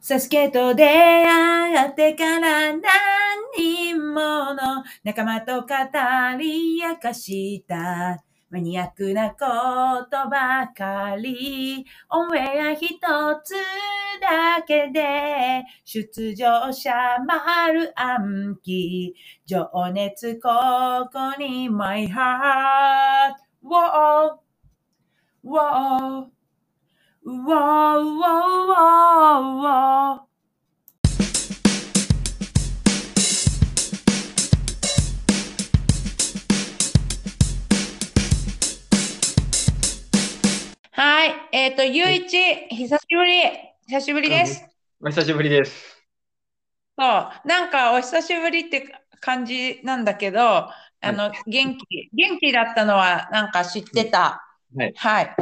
サスケと出会ってから何人もの仲間と語り明かした。マニアックなことばかり。オンエア一つだけで、出場者丸暗記。情熱ここに my heart. Wow, wow, wow, wow, wow. はい。えっ、と、ゆういち、久しぶり。久しぶりです。お久しぶりです。そう。なんか、お久しぶりって感じなんだけど、あの、元気、元気だったのは、なんか知ってた。はい。はい。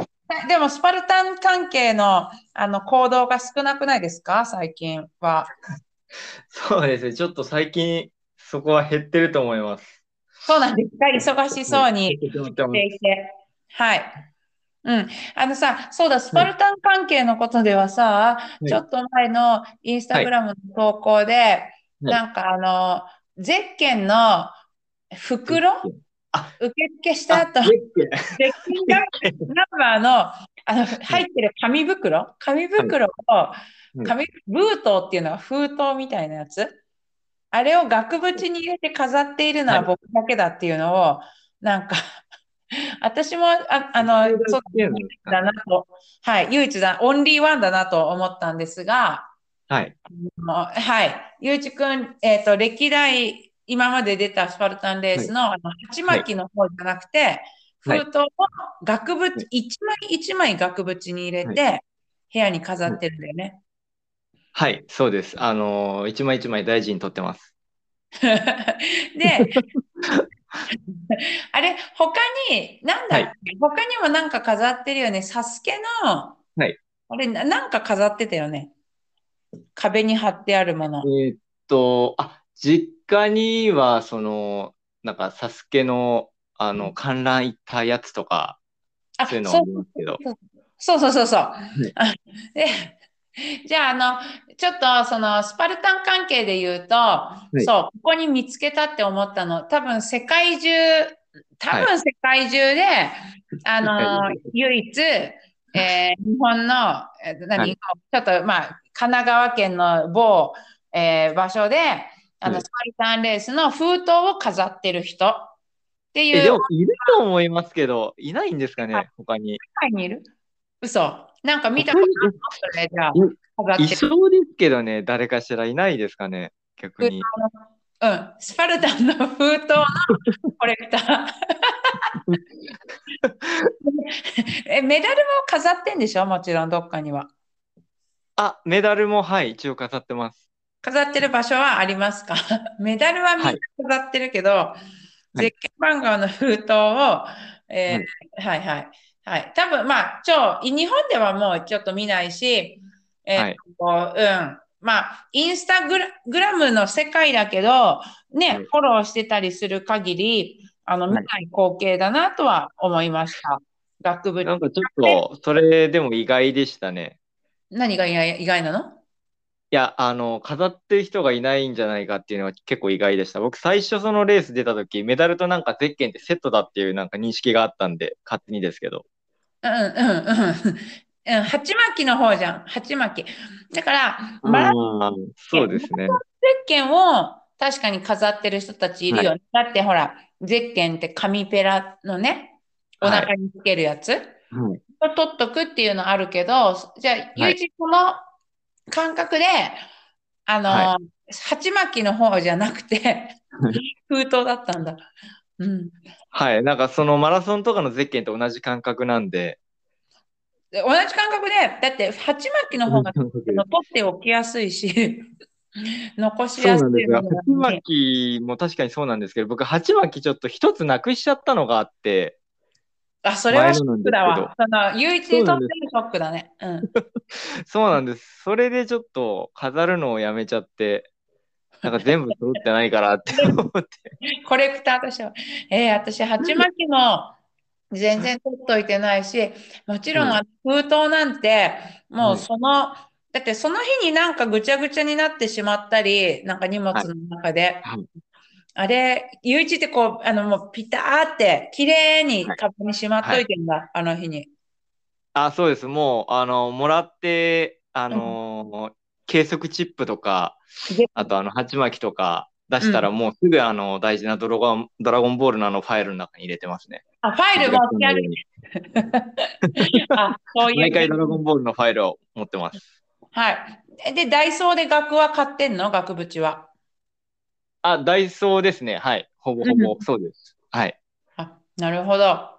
でも、スパルタン関係の、あの、行動が少なくないですか最近は。そうですね。ちょっと最近、そこは減ってると思います。そうなんですか忙しそうに。減ってると思いしていて。はい。うん。あのさ、そうだ、スパルタン関係のことではさ、いちょっと前のインスタグラムの投稿で、なんかあの、ゼッケンの袋ます。受付した後、あゼッゼッケンケンナンバーの、あの、入ってる紙袋紙袋を、うん紙、ブートっていうのは封筒みたいなやつあれを額縁に入れて飾っているのははい僕だけだっていうのを、なんか、私も、あ、あの、そうゼッケンですかだなと、はい、唯一だ、オンリーワンだなと思ったんですが、はい。もうはい、ゆういちくん、えっと、歴代、今まで出たスパルタンレースの、あの、鉢巻きの方じゃなくて、はい封筒を額縁、一枚一枚額縁に入れて、部屋に飾ってるんだよね。はい、そうです。あのー一枚一枚大事に取ってます。 で、あれ、他に、なんだっけ、は他にもなんか飾ってるよね。サスケの、はいあれ、な、なんか飾ってたよね。壁に貼ってあるもの。えーっと、あ、実家には、その、なんか、サスケの、あの、観覧行ったやつとか、あ、そういうのはそあうりますけど。そうそうそうそう。いあ で、じゃあ、あの、ちょっと、その、スパルタン関係で言うと、いそう、ここに見つけたって思ったの、多分世界中、多分世界中で、あの世界、唯一、えー日本の、えーは何、いちょっと、まあ、神奈川県の某、えー場所で、あはの、いスパルタンレースの封筒を飾ってる人っていうえ、でも、いると思いますけど、いないんですかはね、他に。世界にいる嘘。なんか見たことあるのそれじゃあ、うん飾っている。そうですけどね、誰かしらいないですかね、逆に。うん、スパルタンの封筒のコレクター。え、メダルも飾ってんでしょもちろん、どっかには。あ、メダルも、はい、一応飾ってます。飾ってる場所はありますか メダルはみんなはい飾ってるけど、い絶景番号の封筒を、えーはいはい。はい。多分、まあ、超、日本ではもうちょっと見ないし、えーはいこううん。まあ、インスタグラグラムの世界だけど、ね、はいフォローしてたりする限り、あの、見はないい光景だなとは思いました。学部、なんかちょっと、それでも意外でしたね。何が意外意外なのいや、あの、飾ってる人がいないんじゃないかっていうのは結構意外でした。僕、最初そのレース出た時、メダルとなんかゼッケンってセットだっていうなんか認識があったんで、勝手にですけど。うんうんうん うん。うん、鉢巻きの方じゃん。鉢巻き。だから、マラソンあ、そうですゼね。ッケンを確かに飾ってる人たちいるよね。だってほら、ゼッケンって紙ペラのね、おはい腹につけるやつ、はい、取っとくっていうのあるけど、じゃあ、ゆういちこの感覚で、あの、は鉢巻きの方じゃなく て、封筒だったんだ。うん。はい。なんかそのマラソンとかのゼッケンと同じ感覚なんで。で同じ感覚で、だって鉢巻きの 方がそうあの取っておきやすいし、 残しやすなんいですが、も鉢のなので巻きも確かにそうなんですけど、僕、鉢巻きちょっと一つなくしちゃったのがあって、あ、それは前シのョなんッですクけだどわ。その、唯一にとってのショックだね。うん。そうなんです。それでちょっと飾るのをやめちゃって、なんか全部揃ってないから って思って。コレクターとしては。えー、私、鉢巻きも全然取っといてないし、もちろんうんあの封筒なんて、もうその、だってその日になんかぐちゃぐちゃになってしまったり、なんか荷物の中で。はいあれ、ゆういちってこう、あのもうピターって、綺麗にはいカップにしまっといてんだ、あの日に。あ、そうです。もう、あの、もらって、あのー計測チップとかで、あと、あの、鉢巻きとか出したら、もうすぐ、あの、大事なドラゴン、ドラゴンボールのあのファイルの中に入れてますね。あ、ファイルもやる。あ、そういう。毎回ドラゴンボールのファイルを持ってます。はい。で、ダイソーで額は買ってんの額縁は。あ、ダイソーですね。はい。ほぼほぼ、そうです。はい。あ、なるほど。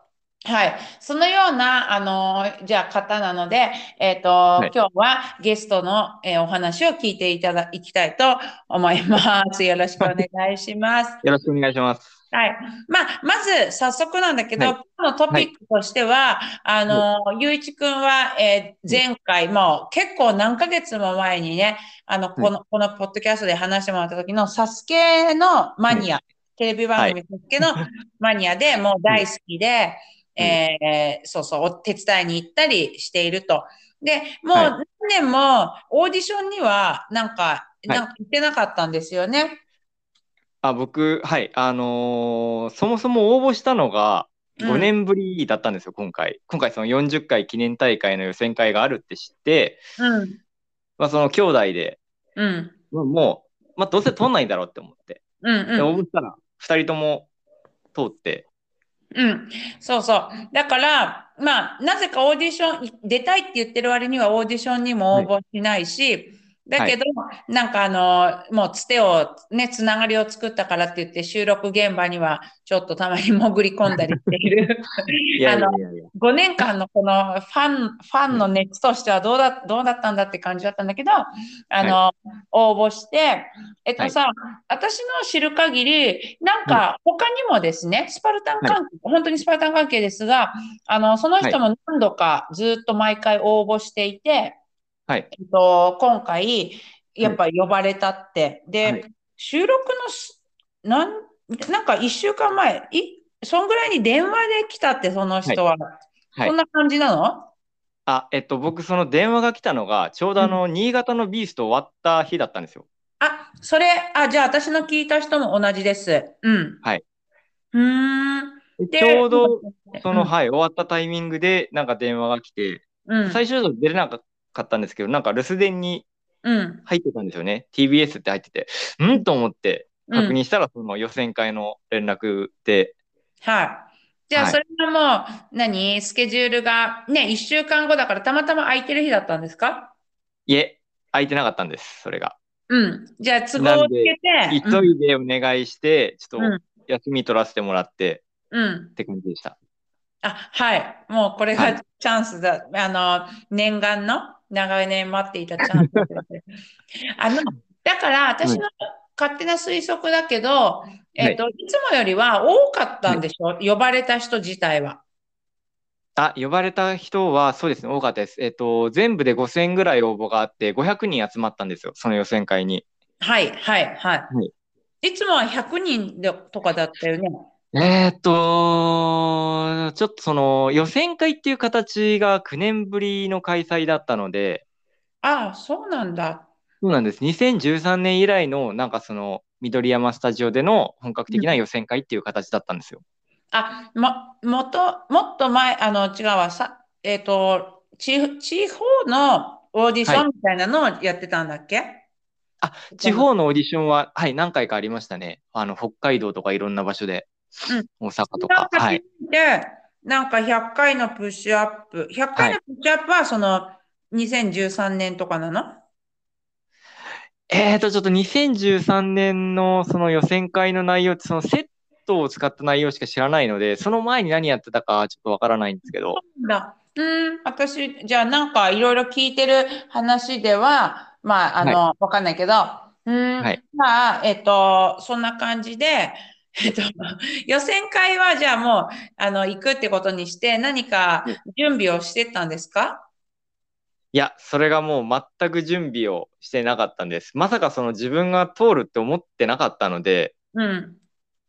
はい。そのような、あのーじゃあ、方なので、えっと、い今日はゲストの、えーお話を聞いていただきたいと思います。よろしくお願いします。よろしくお願いします。はい。まあ、まず、早速なんだけど、はい今日のトピックとしては、あの、ゆういちくんは、えー前回、もう結構何ヶ月も前にね、あの、この、このポッドキャストで話してもらった時の、サスケのマニア、テレビ番組サスケの マニアで、もう大好きで、うんえーそうそう、お手伝いに行ったりしていると。で、もうはい何年もオーディションには、なんか、いなんか行ってなかったんですよね。あ、僕、はい。あのーそもそも応募したのうが、ん5年ぶりだったんですよ、今回。今回その40回記念大会の予選会があるって知って、うん。まあその兄弟で、うん。まあもう、まあどうせ通んないだろうって思って。うん。うんで、。応募したら、2人とも通って、うん、そうそう。だから、まあ、なぜかオーディション、出たいって言ってる割にはオーディションにも応募しないし、だけど、なんかあの、もうつてを、ね、つながりを作ったからって言って、収録現場にはちょっとたまに潜り込んだりしている。いやいやいやいや、 5年間のこのファン、ファンの熱としてはどうだ、どうだったんだって感じだったんだけど、あの、応募して、えっとさ、私の知る限り、なんか他にもですね、スパルタン関係、本当にスパルタン関係ですが、あの、その人も何度かずっと毎回応募していて、はいえっと、今回、やっぱ呼ばれたって。で、はい収録のす、なん、なんか一週間前、い、そんぐらいに電話で来たって、その人は。はいそんな感じなのあ、えっと、僕、その電話が来たのが、ちょうどあの、新潟のビースト終わった日だったんですよ。あ、それ、あ、じゃあ私の聞いた人も同じです。うん。はい。うーん。でちょうど、、その、うんはい、終わったタイミングで、なんか電話が来て、うん、最初だと出れなかったんですけど、なんか留守電にうん、入ってたんですよね。TBS って入ってて、うんと思って、うん確認したら、その予選会の連絡で、はい。じゃあ、はいそれはもう、何スケジュールが、ね、一週間後だから、たまたま空いてる日だったんですかいえ、空いてなかったんです、それが。うん。じゃあ、都合をつけて、急いでお願いして、ちうょんっと休み取らせてもらってうん。うんって感じでした。あ、はい。もう、これはがいチャンスだ。あの、念願の、長年待っていたチャンスです。あの、だから、私の勝手な推測だけど、えっと、いつもよりは多かったんでしょ呼ばれた人自体は。あ、呼ばれた人は、そうですね、多かったです。えっと、全部で5000ぐらい応募があって、500人集まったんですよ、その予選会に。はい、はい、はいは。いつもは100人でとかだったよね。えーっと、ちょっとその予選会っていう形が9年ぶりの開催だったので、ああ、そうなんだ。そうなんです。2013年以来の、なんかその、緑山スタジオでの本格的な予選会っていう形だったんですよ。あ、も、もと、もっと前、あの、違うわ、さ、えっと、地、地方のオーディションみたいなのをやってたんだっけあ、地方のオーディションは、はい、何回かありましたね。あの、北海道とかいろんな場所で、大阪とか。はい。で、なんか100回のプッシュアップ、100回のプッシュアップはその2013年とかなのえーと、ちょっと2013年のその予選会の内容って、そのセットを使った内容しか知らないので、その前に何やってたかちょっとわからないんですけど、だ。うん、私、じゃあなんかいろいろ聞いてる話では、まあ、あの、わかんないけど、うん、はいまあ、えっと、そんな感じで、えっと、 予選会はじゃあもう、あの、行くってことにして、何か準備をしてったんですかいや、それがもう全く準備をしてなかったんです。まさかその自分が通るって思ってなかったので、うん、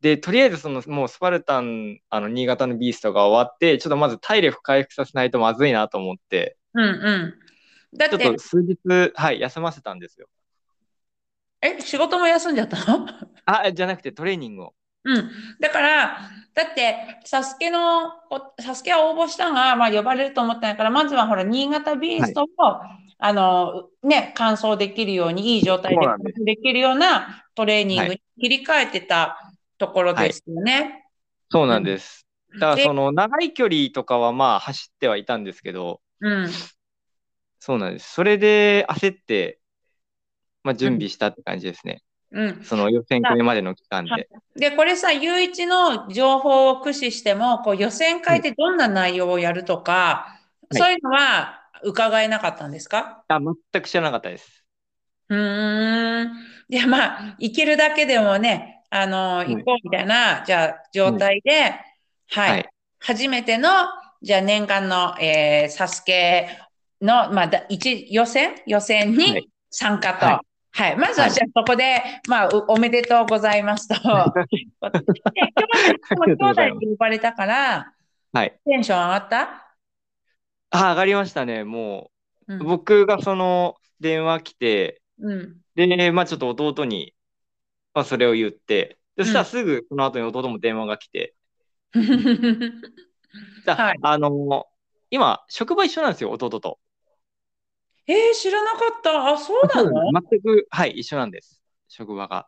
で、とりあえずそのもうスパルタン、あの、新潟のビーストが終わって、ちょっとまず体力回復させないとまずいなと思って、うん、うん。だっちょってと、数日、はい、休ませたんですよ。え、仕事も休んじゃったのあ、じゃなくてトレーニングを。うん。だから、だって、サスケの、おサスケは応募したが、まあ呼ばれると思ってないから、まずはほら、新潟ビーストを、あの、ね、完走できるように、いい状態そでうなんでできるようなトレーニングはに切り替えてたところですよね。そうなんです。だからでその長い距離とかはまあ走ってはいたんですけど、うん。そうなんです。それで焦って、まあ準備したって感じですね。うん。その予選会までの期間はで。で、これさ、ゆういちの情報を駆使しても、こう予選会でどんな内容をやるとか、いそういうのは伺えなかったんですかあ、全く知らなかったです。うーん。で、まあ、行けるだけでもね、あの、い行こうみたいな、じゃあ、状態で、ははいい。初めての、じゃあ、念願の、えー、サスケの、まあ、だ一予選予選はにい参加と。はいはい。まずは、はいじゃあ、そこで、まあ、うおめでとうございます と。で、今日も兄弟に呼ばれたから、はい。テンション上がったあ、上がりましたね。もうう、ん。僕がその電話来て、うん。 で、まあちょっと弟に、まあそれを言って、でそしうたらんすぐその後に弟も電話が来て、だはい。あの、今、職場一緒なんですよ、弟と。えー、知らなかった。あ、そうなの全く、はい、一緒なんです。職場が。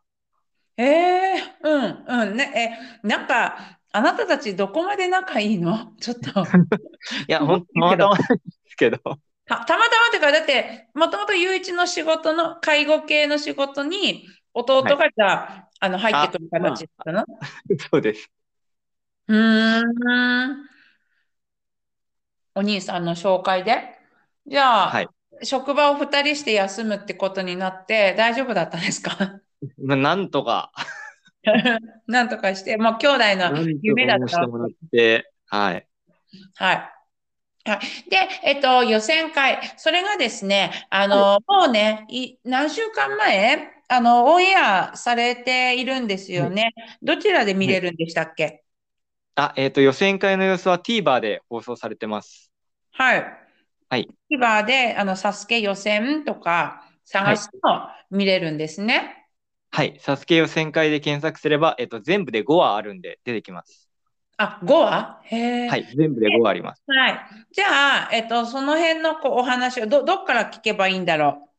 ええうん、うん、ね、え、なんか、あなたたちどこまで仲いいの ちょっ と、た、たまいや、ほんと、たまたまなんですけど。 たまってか、だって、もともとゆういちの仕事の、介護系の仕事に、弟がじゃあ、あの、入ってくる形だったのそうです。うーん。お兄さんの紹介で。じゃあ、はい職場を二人して休むってことになって、大丈夫だったんですか まあ、なんとか、なんとかして、もう兄弟なのんとか夢だっ応援したてもらって、はい。はい。はい。で、えっと、予選会。それがですね、あの、もうね、い、何週間前、あの、オンエアされているんですよね。どちらで見れるんでしたっけあ、えっ、と、予選会の様子は TVer で放送されてます。はい。はい。 TVer で、あの、サスケ予選とか探すと見れるんですね。はい。サスケ予選会で検索すれば、えっ、と、全部で5話あるんで出てきます。あ、5話へえ。はい。全部で5話あります。はい。じゃあ、えっと、その辺のこうお話をど、どっから聞けばいいんだろう。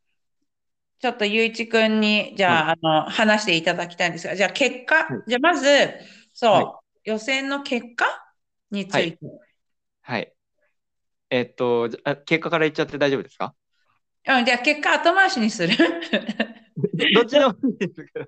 ちょっと、ゆういちくんに、じゃあ、あの、話していただきたいんですが、じゃあ、結果い、じゃあ、まず、そう、はい予選の結果について。はい。えっ、とじゃあ、結果から言っちゃって大丈夫ですかうん、じゃあ、結果後回しにする。どっちでもいいですけど。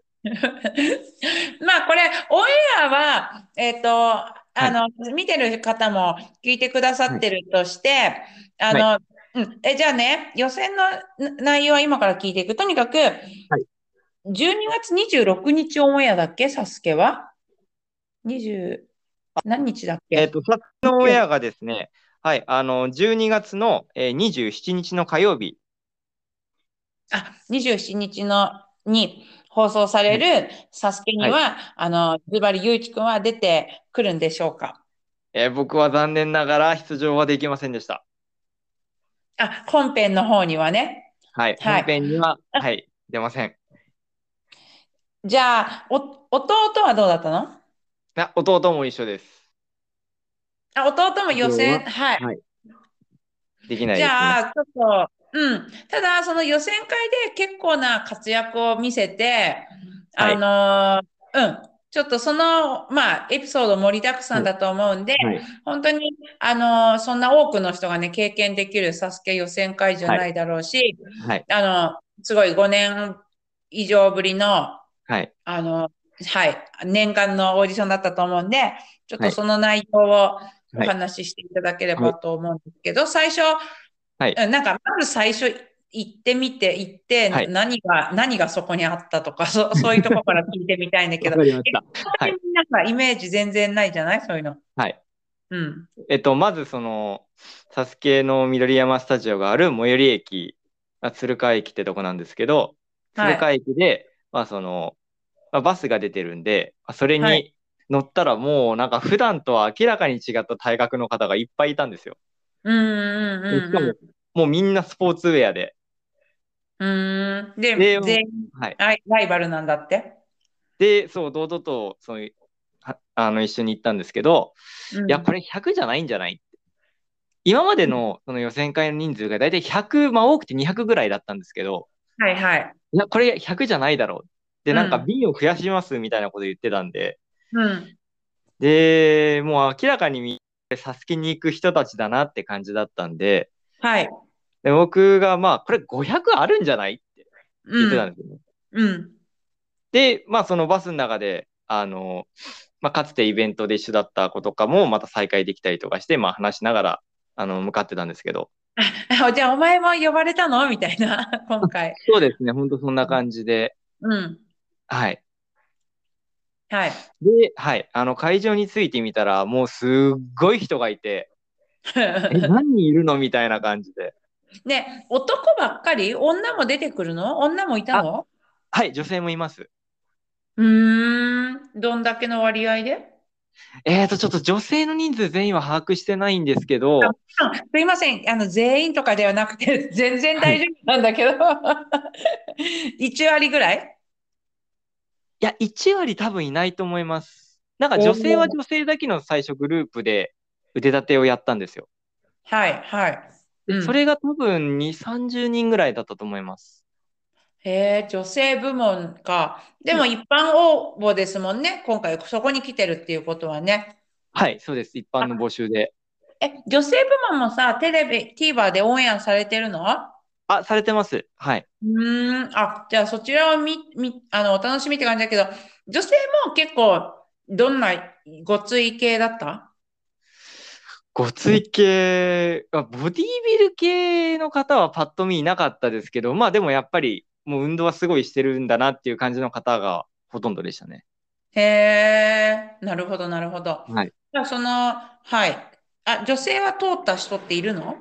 まあ、これ、オンエアは、えっと、あの、見てる方も聞いてくださってるとして、あの、うん、え、じゃあね、予選のな内容は今から聞いていく。とにかく、12月26日オンエアだっけ、サスケは ?20、何日だっけえっ、と、サスケのオンエアがですね、はい。あの、12月の、えー、27日の火曜日。あ、27日のに放送されるサスケには、あの、ズバリゆういちくんは出てくるんでしょうかえー僕は残念ながら出場はできませんでした。あ、本編の方にはね。はい。はい本編には、はい、出ません。じゃあ、お、弟はどうだったのな弟も一緒です。あ、弟も予選、弟はい。はいできないじです、ね。ゃあ、ちょっと、うん。ただ、その予選会で結構な活躍を見せて、はいあのーうん。ちょっとその、まあ、エピソード盛りだくさんだと思うんで、はい本当に、あのーそんな多くの人がね、経験できるサスケ予選会じゃないだろうし、はい。あの、すごい5年以上ぶりの、はい。あの、はい、念願のオーディションだったと思うんで、ちょっはといその内容をおはい話ししていただければと思うんですけど、最初、はいうんなんか、まず最初行ってみて、行って、はい何が、何がそこにあったとか、 そ、そういうとこから聞いてみたいんだけど、わかりました。はいなんかイメージ全然ないじゃないそういうの。はい。うん。えっと、まずその、サスケの緑山スタジオがある最寄り駅、まあ、鶴川駅ってとこなんですけど、はい鶴川駅で、まあその、まあ、バスが出てるんで、まあそれはに乗ったらもうなんか普段とは明らかに違った体格の方がいっぱいいたんですよ。うんうんうんでしかもうん。もうみんなスポーツウェアで。うーん。で、で全員はい。ライライバルなんだって。で、そう、弟と、その、はあの、一緒に行ったんですけど、うんいや、これ100じゃないんじゃないって今までのその予選会の人数が大体100、まあ多くて200ぐらいだったんですけど、はいはい。いや、これ100じゃないだろう。で、なんかうん瓶を増やしますみたいなこと言ってたんで、うん。で、もう明らかにみサスケに行く人たちだなって感じだったんで、はい。で僕がまあ、これ500あるんじゃないって言うってたんん。ですよね。うん。で、まあそのバスの中で、あの、まあかつてイベントで一緒だった子とかもまた再会できたりとかして、まあ話しながら、あの、向かってたんですけど、あ じゃあ、お前も呼ばれたのみたいな、 今回。そうですね、本当そんな感じで、うん。はい。はい。 で、はい、あの会場に着いてみたら、もうすっごい人がいて、え、何人いるのみたいな感じで。ね、男ばっかり女も出てくるの女もいたのはい、女性もいます。うーん。どんだけの割合でえーと、ちょっと女性の人数全員は把握してないんですけど、あすいません。あの、全員とかではなくて、 全然大丈夫なんだけ ど。1割ぐらいいや、1割多分いないと思います。なんか女性は女性だけの最初グループで腕立てをやったんですよ。はい、はい。うんそれが多分2、30人ぐらいだったと思います。へえ、女性部門か。でも一般応募ですもんね。今回そこに来てるっていうことはね。はい、そうです。一般の募集で。え、女性部門もさ、テレビ、TVer でオンエアされてるのあ、されてます。はい。うーん、あ、じゃあそちらをみ、み、あの、お楽しみって感じだけど、女性も結構、どんなごつい系だったごつい系、あボディービル系の方はパッと見いなかったですけど、まあでもやっぱりもう運動はすごいしてるんだなっていう感じの方がほとんどでしたね。へえ、なるほど、なるほど。はい。じゃあその、はい。あ、女性は通った人っているの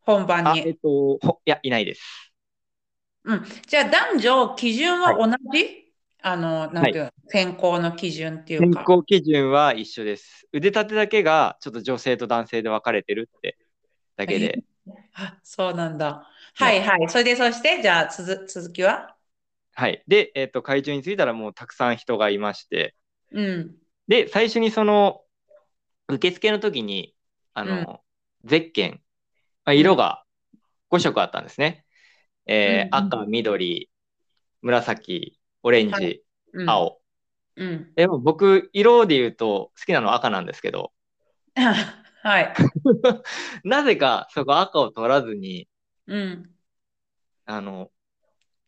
本番あ、にえ。っと、ほいや、いないです。うん。じゃあ男女基準は同じあの、なんていうの、選考の基準っていう選か。考基準は一緒です。腕立てだけがちょっと女性と男性で分かれてるってだけで。あ、そうなんだ。はいはい。それで、そして、じゃあ、つづ、続きははい。で、えっと、会場に着いたらもうたくさん人がいまして、うん。で、最初にその、受付の時に、あの、ゼッケン、まあ、色が5色あったんですね。えーうんうん赤、緑、紫、オレンジ、はうん。青。うん。 でも僕、色で言うと好きなのは赤なんですけど、はい。なぜかそこ赤を取らずに、うん。あの、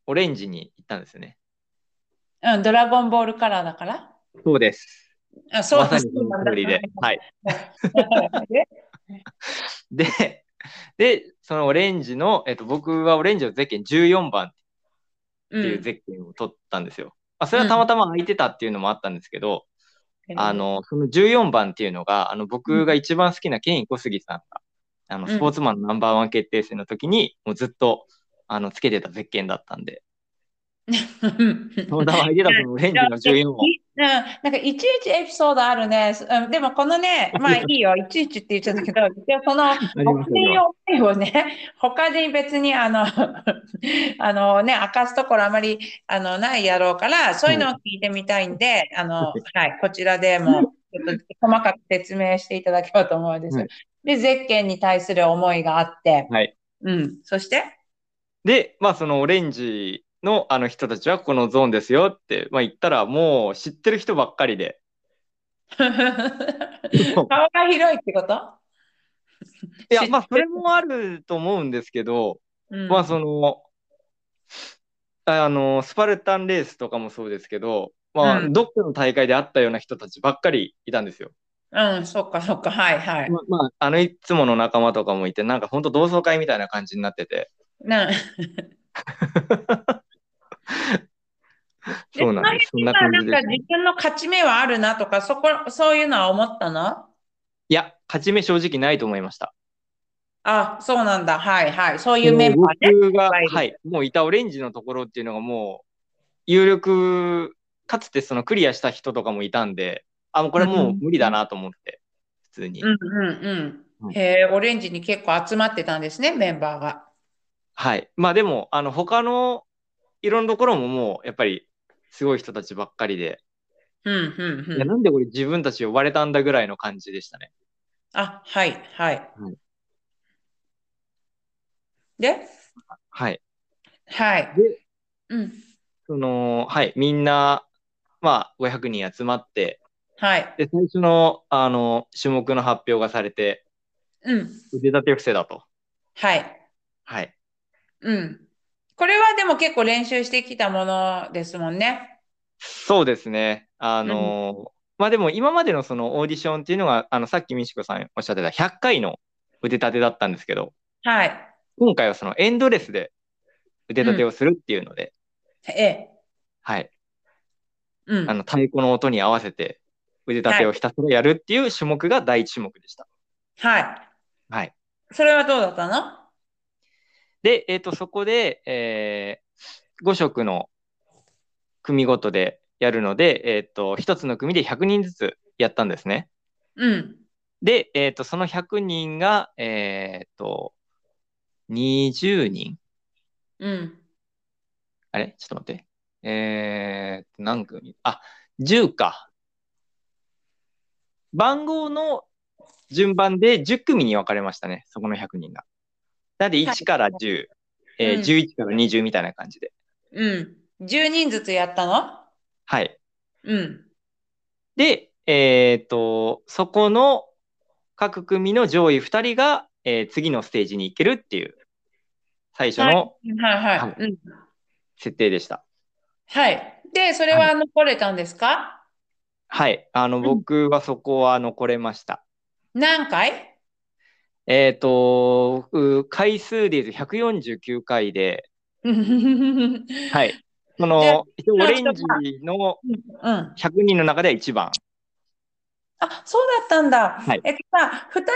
オレンジに行ったんですよね。うん、ドラゴンボールカラーだから。そうです。あ、そう、まさにそそうなのん通だ。りで。はい。 でで、で、そのオレンジの、えっと、僕はオレンジのゼッケン14番っていう ゼッケンを取ったんですよ。まあ、それはたまたま空いてたっていうのもあったんですけど、うんあ、の、その14番っていうのが、あの、僕が一番好きなケイン小杉さんが、あの、うんスポーツマンのナンバーワン決定戦の時に、もうずっと、あの、つけてたゼッケンだったん で、たまたま空いてたそのオレンジの14番。い うん、なんかいちいちエピソードあるね。うん、でもこのね、まあいいよ、いちいちって言っちゃったけど、じゃあその、り僕ますありの思いをね、 他に別にあの、 あのね、明かすところあまりあのないやろうから、そういうのを聞いてみたいんで、あの、はい、こちらでも、ちょっと細かく説明していただければと思うんですよ。はいで、ゼッケンに対する思いがあって、はいうん、そして、 で、まあ、そのオレンジのあの人たちはここのゾーンですよって、まあ、言ったら、もう知ってる人ばっか りで、顔が広いってこといや、知まあ、それもあると思うんですけど、うんまあ、その、あの、スパルタンレースとかもそうですけど、まあ、うんどっかの大会で会ったような人たちばっかりいたんですよ。うん、そっかそっか、はいはい。まあ、まあ、あの、いつもの仲間とかもいて、なんか本当同窓会みたいな感じになってて。な、そうなんです。そんなまあ感なじんでかす。自分の勝ち目はあるなとか、そこ、そういうのは思ったのいや、勝ち目正直ないと思いました。あ、そうなんだ。はいはい。そういうメンバーね。僕が、いっぱいいるはい、もういたオレンジのところっていうのがもう、有力、かつてそのクリアした人とかもいたんで、あ、もうこれもう無理だなと思って、普通に。うんうんうん。うんえーオレンジに結構集まってたんですね、メンバーが。はい。まあでも、あの、他のいろんなところももう、やっぱり、すごい人たちばっかりで、うん、うん、いうやん。なんでこれ自分たち呼ばれたんだぐらいの感じでしたね。あ、はい、はいうん。で、はい。はい。でうん、その、はい。みんな、まあ、500人集まって、はい。で、最初の、あの、種目の発表がされて、うん、腕立て伏せだと。はい。はい。うん。これはでも結構練習してきたものですもんね。そうですね。あの、まあでも今までのそのオーディションっていうのが、あの、さっきみしこさんおっしゃってた100回の腕立てだったんですけど、はい。今回はそのエンドレスで腕立てをするっていうので、ええ。はい。うん。あの、太鼓の音に合わせて腕立てをひたすらやるっていう種目が第一種目でした。はい。はい。それはどうだったので、えっ、と、そこで、え5色の組ごとでやるので、えっ、と、1つの組で100人ずつやったんですね。うん。で、えっ、と、その100人が、えっ、と、20人うん。あれちょっと待って。えーっと、何組あ、10か。番号の順番で10組に分かれましたね。そこの100人が。なんでい1から10、えーうん11から20みたいな感じで。うん。10人ずつやったのはい。うん。で、えーっと、そこの各組の上位2人が、えー次のステージに行けるっていう最初のはいはい。はいうん。設定でした。はい。で、それは残れたんですかはい。あの、ん僕はそこは残れました。何回 えっと、僕回数で言うと149回で、うん。はい。そでの、一応オのレ人ンがジのうん。 100人の中では一番。あ、そうだったんだ。はいえっとさ、2人残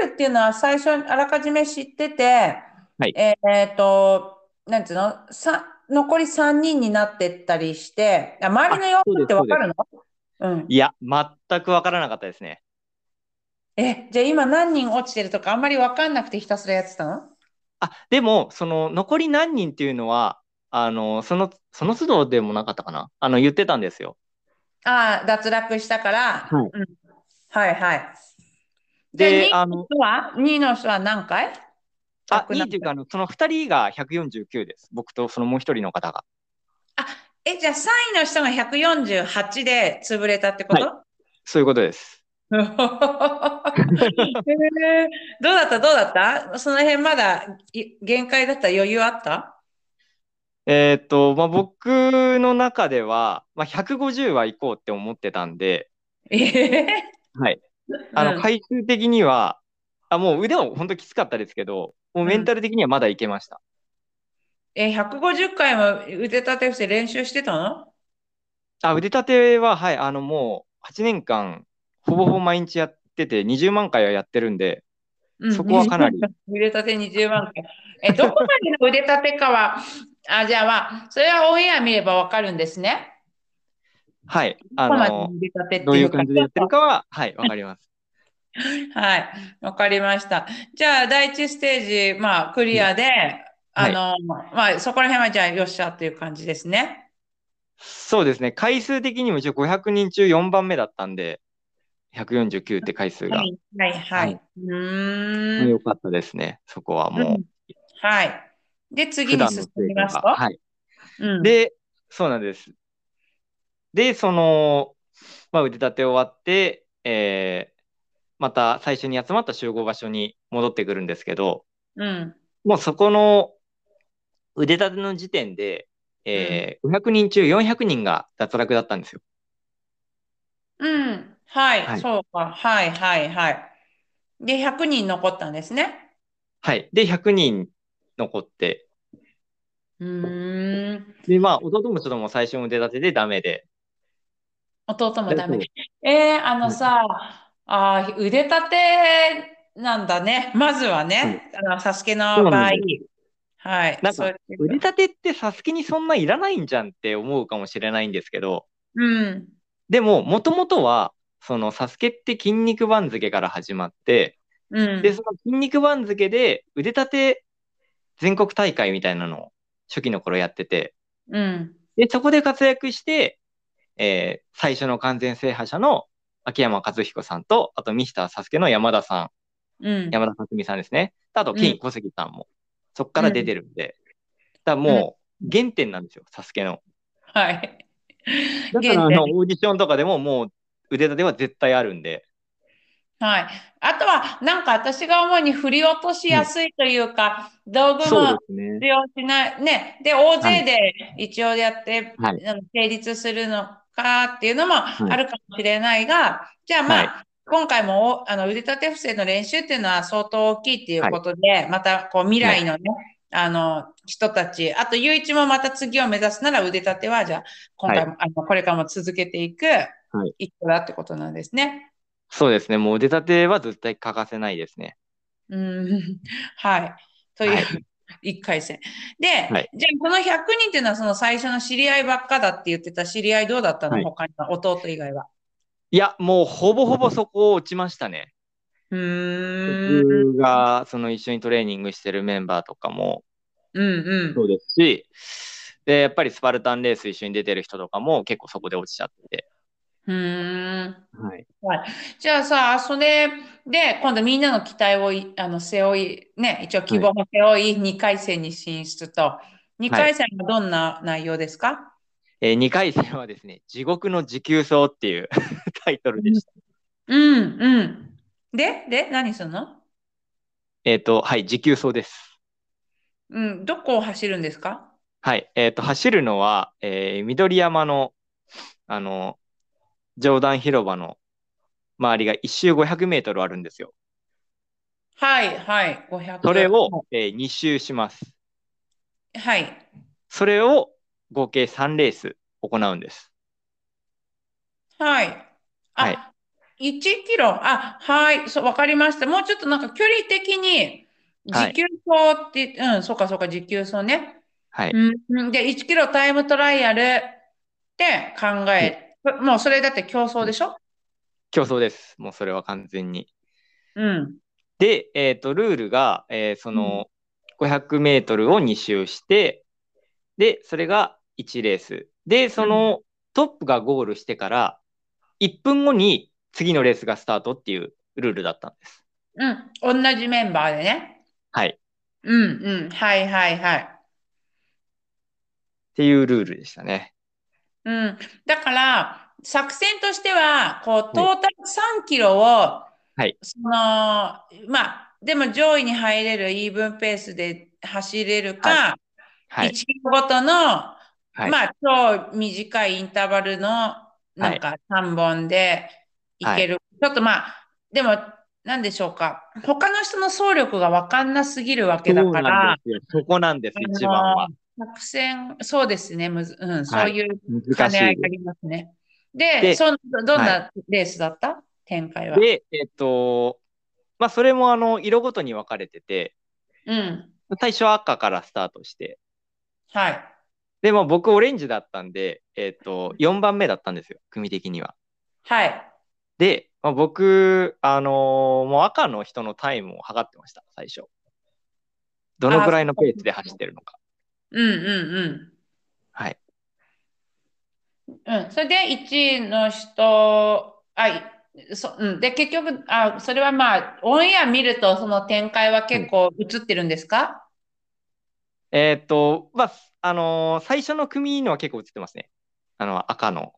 れるっていうのは最初あらかじめ知ってて、はいえーっと、なんつうの、さ、残り3人になってったりして、あ、周りの様そ子うですってわかるのうん。いや、全くわからなかったですね。え、じゃあ今何人落ちてるとかあんまりわかんなくてひたすらやってたのあ、でも、その、残り何人っていうのは、あの、その、その都度でもなかったかな。あの、言ってたんですよ。ああ、脱落したから、はいうん、はいはい。でじ、ゃああ2の、は、2位の人は何回あ、 100 2っていうか、あの、その2人が149です。僕とそのもう一人の方が。え、じゃあ3位の人が148で潰れたってことそういうことです。へー どうだったどうだったその辺まだい限界だった余裕あったえっと、まあ、僕の中では、まあ、150は行こうって思ってたんで、ええはい。あうの、ん回数的には、あ、もう腕は本当きつかったですけど、もうメンタル的にはまだいけました。え、150回も腕立て伏せ練習してたのあ、腕立ては、はい、あの、もう8年間、ほぼほぼ毎日やってて、20万回はやってるんで、うん、そこは かなり。腕立て20万回。え、どこまでの腕立てかは、あ、じゃあまあ、それはオンエア見ればわかるんですね。はい、あどこまでの、腕立てってどういいうう感じでやってるかは、はい、わかります。はい、わかりました。じゃあ、第一ステージ、まあ、クリアで、あの、まあ、そこら辺はじゃあ、よっしゃっていう感じですね。そうですね、回数的にも一応500人中4番目だったんで、149って回数が。はい、はい、ははいいうーん。良かったですね、そこはもう。はい。で、次普に段進のみ成果ますとが。はい。うん、で、そうなんです。で、その、まあ、腕立て終わって、えーまた最初に集まった集合場所に戻ってくるんですけど、うん、もうそこの腕立ての時点で、えー500人中400人が脱落だったんですよ。うん、はい、はいそうか、はい、はい、はい。で、100人残ったんですね。はい。で、100人残って、うーん、で、まあ、弟もちょっともう最初の腕立てでダメで、弟もダメ。えー、あのさ、あー、腕立てなんだね。まずはね、あの、サスケのそう場合なんで。はい、なんかそういう腕立てってサスケにそんないらないんじゃんって思うかもしれないんですけど、うん、でも、もともとは、その、サスケって筋肉番付から始まって、うん。で、その筋肉番付で腕立て全国大会みたいなのを初期の頃やってて、うん。で、そこで活躍して、えー最初の完全制覇者の秋山和彦さんと、あとミスターサスケの山田さうんん、。山田辰巳さんですね。あと、ケイうんン小杉さんも、そこから出てるんで、だからもう原点なんですよ、サスケの。はい。 だか原らあ点のオーディションとかでももう腕立ては絶対あるんで、はい。あとは、なんか私が思うに振り落としやすいというか、道具そうもですね。必要しない。ね。で、大勢で一応やって、はいあの成立するのかっていうのもあるかもしれないが、じゃあまあ、は今回もおあの腕立て伏せの練習っていうのは相当大きいっていうことで、またこう未来のね、あの人たち、あと、ゆういちもまた次を目指すなら腕立ては、じゃあ、今回も、あのこれからも続けていく、一個だってことなんですね。そうですね。もう腕立ては絶対欠かせないですね。うん、 はい。という、はい一回戦。で、はいじゃあ、この100人っていうのは、その最初の知り合いばっかだって言ってた知り合いどうだったの、はい他には、弟以外は。いや、もうほぼほぼそこ落ちましたね。うーん。僕がその一緒にトレーニングしてるメンバーとかもうんうん。うですし、で、やっぱりスパルタンレース一緒に出てる人とかも結構そこで落ちちゃって。うーん。はい。じゃあさ、それで、今度みんなの期待をい、あの、背負い、ね、一応希望も背負い、2回戦に進出と。2回戦はどんな内容ですかえ2回戦はですね、地獄の持久走っていう タイトルでした。うんうん。で、で、何するのえっ、と、はい、持久走です。うん、どこを走るんですかはい。えっ、と、走るのは、えー緑山の、あの、上段広場の周りが1周500メートルあるんですよ。はい、はい、500。それを、え2周します。はい。それを合計3レース行うんです。はい。あ、はい1キロ。あ、はい。そう、わかりました。もうちょっとなんか距離的に、は持い久走って、うん、そうかそうか、持久走ね。はい。うんうん、で、1キロタイムトライアルって考え、もうそれだって競争でしょ競争です。もうそれは完全に。うん。で、えっ、と、ルールが、えーその、500メートルを2周して、で、それが1レース。で、その、トップがゴールしてから、1分後に次のレースがスタートっていうルールだったんです。うん。同じメンバーでね。はい。うん、うん。はい、はい、はい。っていうルールでしたね。うん。だから、作戦としては、こう、トータル3キロを、はいその、まあ、でも上位に入れるイーブンペースで走れるか、はい。 1キロごとの、はいまあ、超短いインターバルの、なんか3本でいける。ちょっとまあ、でも、なんでしょうか。他の人の走力がわかんなすぎるわけだそうから、なんですよ。そこなんです、あの一番は。作戦、そうですね、むず、うん、そういう難兼しね合いいがありますね。で、でそんどんなレースだった、展開は。で。で、えっ、と、まあ、それも、あの、色ごとに分かれてて、うん。最初は赤からスタートして、はい。でも僕オレンジだったんで、えっ、と、4番目だったんですよ、組的には。はい。で、まあ、僕、あのーもう赤の人のタイムを測ってました、最初。どのくらいのペースで走ってるのか。うんうんはい。うん。うん。それで、1位の人、あ、いそうん、で、結局、あ、それはまあ、オンエア見ると、その展開は結構映ってるんですか、えっ、と、まあ、あのー最初の組のは結構映ってますね。あの、赤の。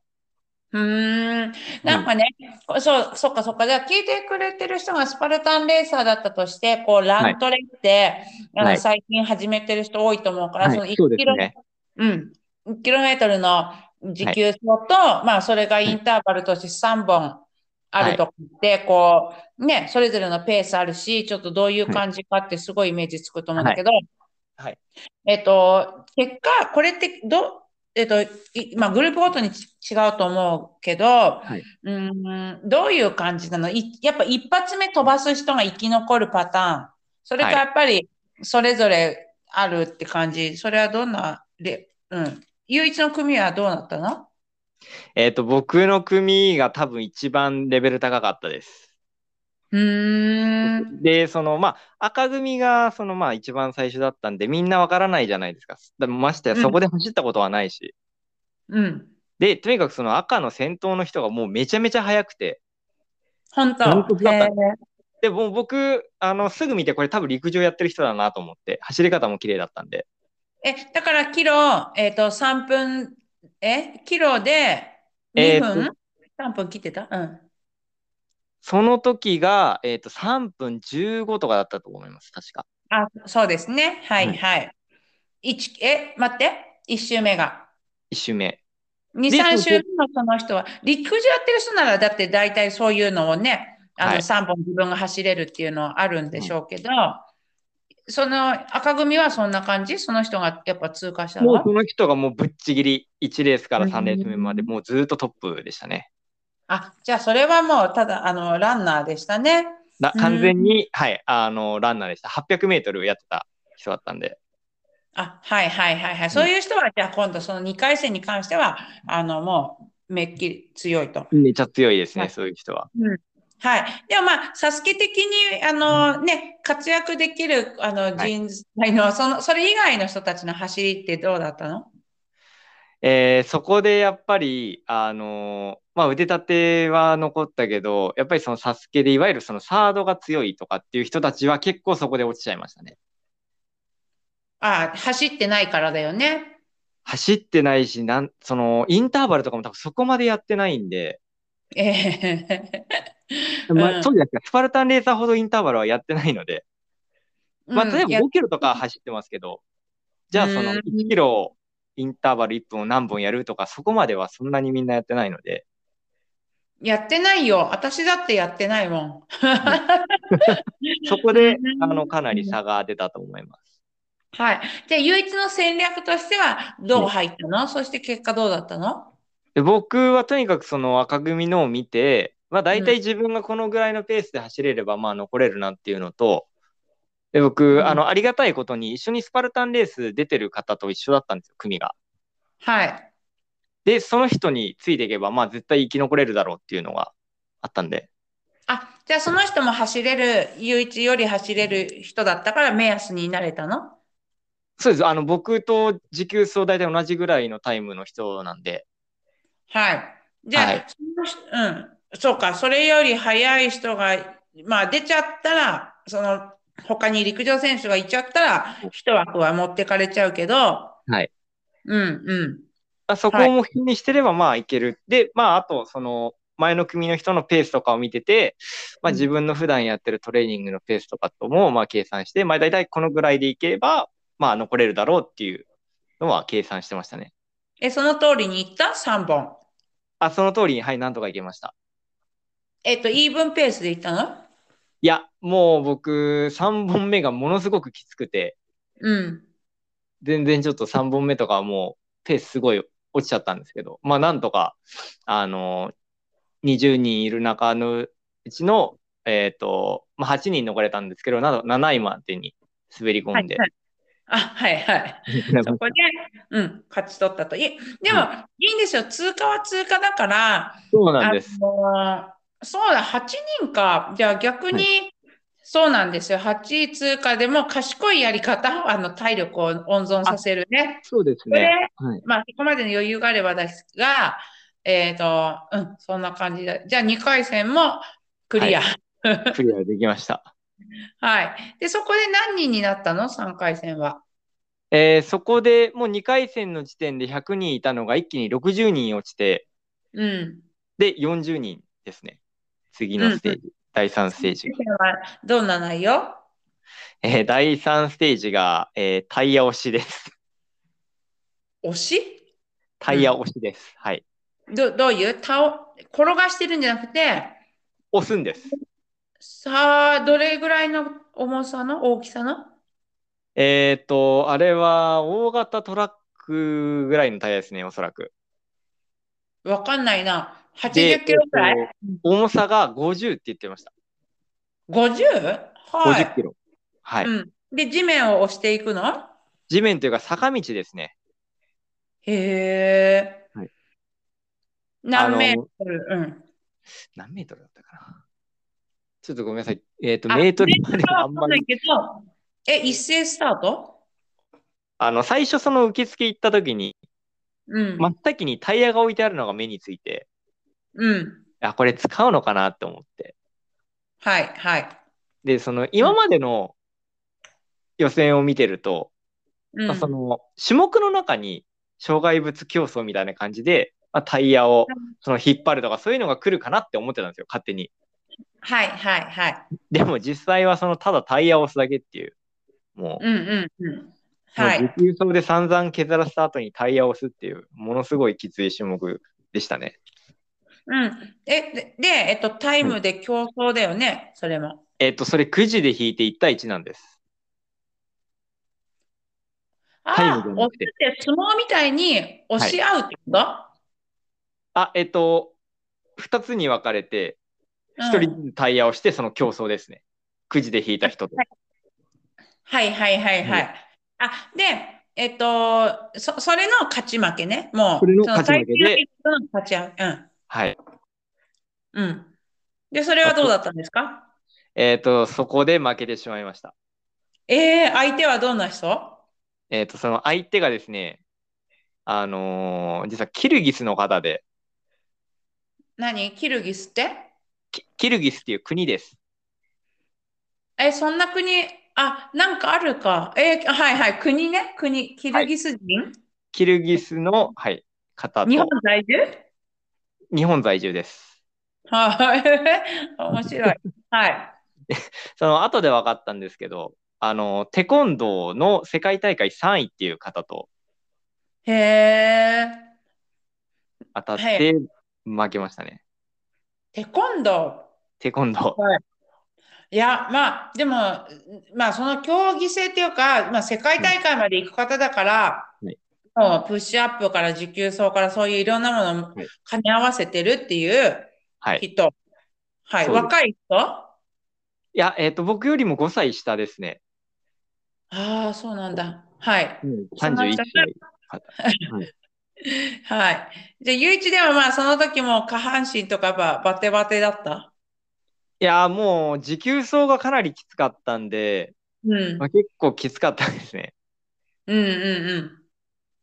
うーん。なんかね、こそう、そっかそっか。じゃあ、聞いてくれてる人がスパルタンレーサーだったとして、こう、ラントレって、あの、はい最近始めてる人多いと思うから、その1キロね。うん。1キロメートルの持久走と、まあ、それがインターバルとして3本あるとかって、こう、ね、それぞれのペースあるし、ちょっとどういう感じかってすごいイメージつくと思うんだけど、はいえっと、結果、これって、ど、えっと、いまあ、グループごとにち違うと思うけど、いうーん、どういう感じなのいやっぱ一発目飛ばす人が生き残るパターン。それかはいやっぱり、それぞれあるって感じ。それはどんな、で、うん。唯一の組はどうなったのえっ、と、僕の組が多分一番レベル高かったです。うーん。で、その、まあ、赤組が、その、まあ、一番最初だったんで、みんなわからないじゃないですか。だましてや、うんそこで走ったことはないし。うん。で、とにかくその赤の先頭の人がもうめちゃめちゃ速くて。本当。本当だったへーで、もう僕、あの、すぐ見て、これ多分陸上やってる人だなと思って、走り方も綺麗だったんで。え、だから、キロ、えっと、3分、え、キロでえー2と分 ?3 分切ってたうん。その時が、えっ、と、3分15とかだったと思います、確か。あ、そうですね。はい、はいはい。一、え、待って。一周目が。 1周目。二、で三そ周う目のその人は、陸上やってる人なら、だって大体そういうのをね、あはの、い三本自分が走れるっていうのはあるんでしょうけど、その赤組はそんな感じその人がやっぱ通過したのもうはその人がもうぶっちぎり、1レースから3レース目まで、もうずっとトップでしたね。あ、じゃあそれはもう、ただ、あの、ランナーでしたね。だうん完全に、はい、あの、ランナーでした。800メートルやってた人だったんで。あ、はいはいはいはい。そういう人は、じゃあ今度その2回戦に関しては、あの、もう、めっきり強いと。めちゃ強いですはね、いそういう人は。はい。でもまあ、サスケ的に、あのね、活躍できる、あの、はい人材の、その、それ以外の人たちの走りってどうだったのえーそこでやっぱり、あのーまあ、腕立ては残ったけど、やっぱりそのサスケで、いわゆるそのサードが強いとかっていう人たちは結構そこで落ちちゃいましたね。あ、走ってないからだよね。走ってないし、なん、その、インターバルとかも多分そこまでやってないんで、ええまうあ、んそうじゃなくて、スパルタンレーサーほどインターバルはやってないので、まあ、うん例えばいや5キロとか走ってますけど、じゃあそのうん1キロインターバル1分を何本やるとか、そこまではそんなにみんなやってないので、やってないよ。私だってやってないもん。そこでうんあのかなり差が出たと思います。はい。じゃあ、唯一の戦略としては、どう入ったのそして結果どうだったので僕はとにかくその赤組のを見て、まあ、大体自分がこのぐらいのペースで走れればまあ残れるなっていうのと、でう僕、んあのありがたいことに一緒にスパルタンレース出てる方と一緒だったんですよ、組が。はい。で、その人についていけば、まあ絶対生き残れるだろうっていうのがあったんで。あ、じゃあその人も走れる、唯一より走れる人だったから目安になれたのそうです。あの、僕と時給数大体同じぐらいのタイムの人なんで、はい。じゃあ、はいその人うん。そうか。それより速い人が、まあ出ちゃったら、その、他に陸上選手がいちゃったら、一枠は持ってかれちゃうけど、はい。うん、うん。あそこを目標にしてれば、まあいける。で、まああと、その、前の組の人のペースとかを見てて、まあ自分の普段やってるトレーニングのペースとかとも、まあ計算して、まあ大体このぐらいでいければ、まあ残れるだろうっていうのは計算してましたね。え、その通りにいった ?3 本。あ、その通りに、はい、なんとかいけました。えっと、イーブンペースでいったのいや、もう僕、3本目がものすごくきつくて、うん。全然ちょっと3本目とかはもうペースすごい落ちちゃったんですけど、まあなんとか、あの、20人いる中のうちの、えっ、と、まあ8人残れたんですけど、など7位までに滑り込んで、はいはいあ、はいはい。そこで、うん、勝ち取ったと。いでも、いいんですよ。通過は通過だから、 そうなんです。あのーそうだ、8人か。じゃあ逆に、はそうなんですよ。8位通過でも賢いやり方、あの、体力を温存させるね。そうですそれ、ね。はい、まあ、そこまでの余裕があればですが、えっ、と、うん、そんな感じだ。じゃあ2回戦もクリア。はい。 クリアできました。で、そこで何人になったの ?3 回戦は。えーそこでもう2回戦の時点で100人いたのが一気に60人落ちて、うん。で、40人ですね。次のステージ、第3ステージ次が。戦はどんな内容えー第3ステージが、えータイヤ押しです。推しタイヤ押しです。はい。どどういう倒転がしてるんじゃなくて、押すんです。さあ、どれぐらいの重さの大きさのえっ、と、あれは大型トラックぐらいのタイヤですね、おそらく。わかんないな。80でキロぐらいえーと重さが50って言ってました。 ?50? は50いキ。ロ。はい。うん。で、地面を押していくの地面というか坂道ですね。へえ。はい何メあーのトルうん。何メートルだったかな。ちょっとごめんなさい。えっ、と、あメートルメまではわあんかまんなりい。けど、え、一斉スタートあの、最初その受付行った時に、うん。真っ先にタイヤが置いてあるのが目について、うん。あ、これ使うのかなって思って。はい、はい。で、その、今までの予選を見てると、うまん。あその、種目の中に障害物競争みたいな感じで、まあ、タイヤをその引っ張るとかそういうのが来るかなって思ってたんですよ、勝手に。はい、はい、はい。でも実際はその、ただタイヤを押すだけっていう、もう、うん、うん、うん。はい。もう持久走で散々削らせた後にタイヤを押すっていう、ものすごいきつい種目でしたね。うん。え、で、でえっと、タイムで競争だよね、それも。えっ、と、それくじで引いて1対1なんです。タイムあじゃあ、な押くてして相撲みたいに押し合うってこと、あ、えっ、と、2つに分かれて、うん1人ずつタイヤをして、その競争ですね。くじで引いた人と。はいはいはいはい。あ、で、えっと、そ、それの勝ち負けね。もう、それのその勝ち負けで対戦相手の勝ち合う。はい。うん。うん。で、それはどうだったんですかえっ、と、そこで負けてしまいました。ええ相手はどんな人えっ、と、その相手がですね、あのー実はキルギスの方で、何キルギスってキキルギスっていう国です。え、そんな国、あ、なんかあるか。えーはいはい。国ね。国。キルギス人、キルギスの、はい、方と日本在住日本在住です。はい。 面白い。はい。その後で分かったんですけど、あの、テコンドーの世界大会3位っていう方とへえ。当たっはてい負けましたね。テコンドー。テコンドー。いや、まあ、でも、まあ、その競技性っていうか、まあ、世界大会まで行く方だから、はいもうプッシュアップから持久走からそういういろんなものをはい兼ね合わせてるっていうはい。人。はい、そうです若い人あいや、えっ、と、僕よりも5歳下ですね。あ、そうなんだ。はい。そんな31下歳。はい。じゃあ、ゆういちではまあ、その時も下半身とかばバテバテだったいやー、もう、持久走がかなりきつかったんで、うん。まあ、結構きつかったですね。うんうんうん。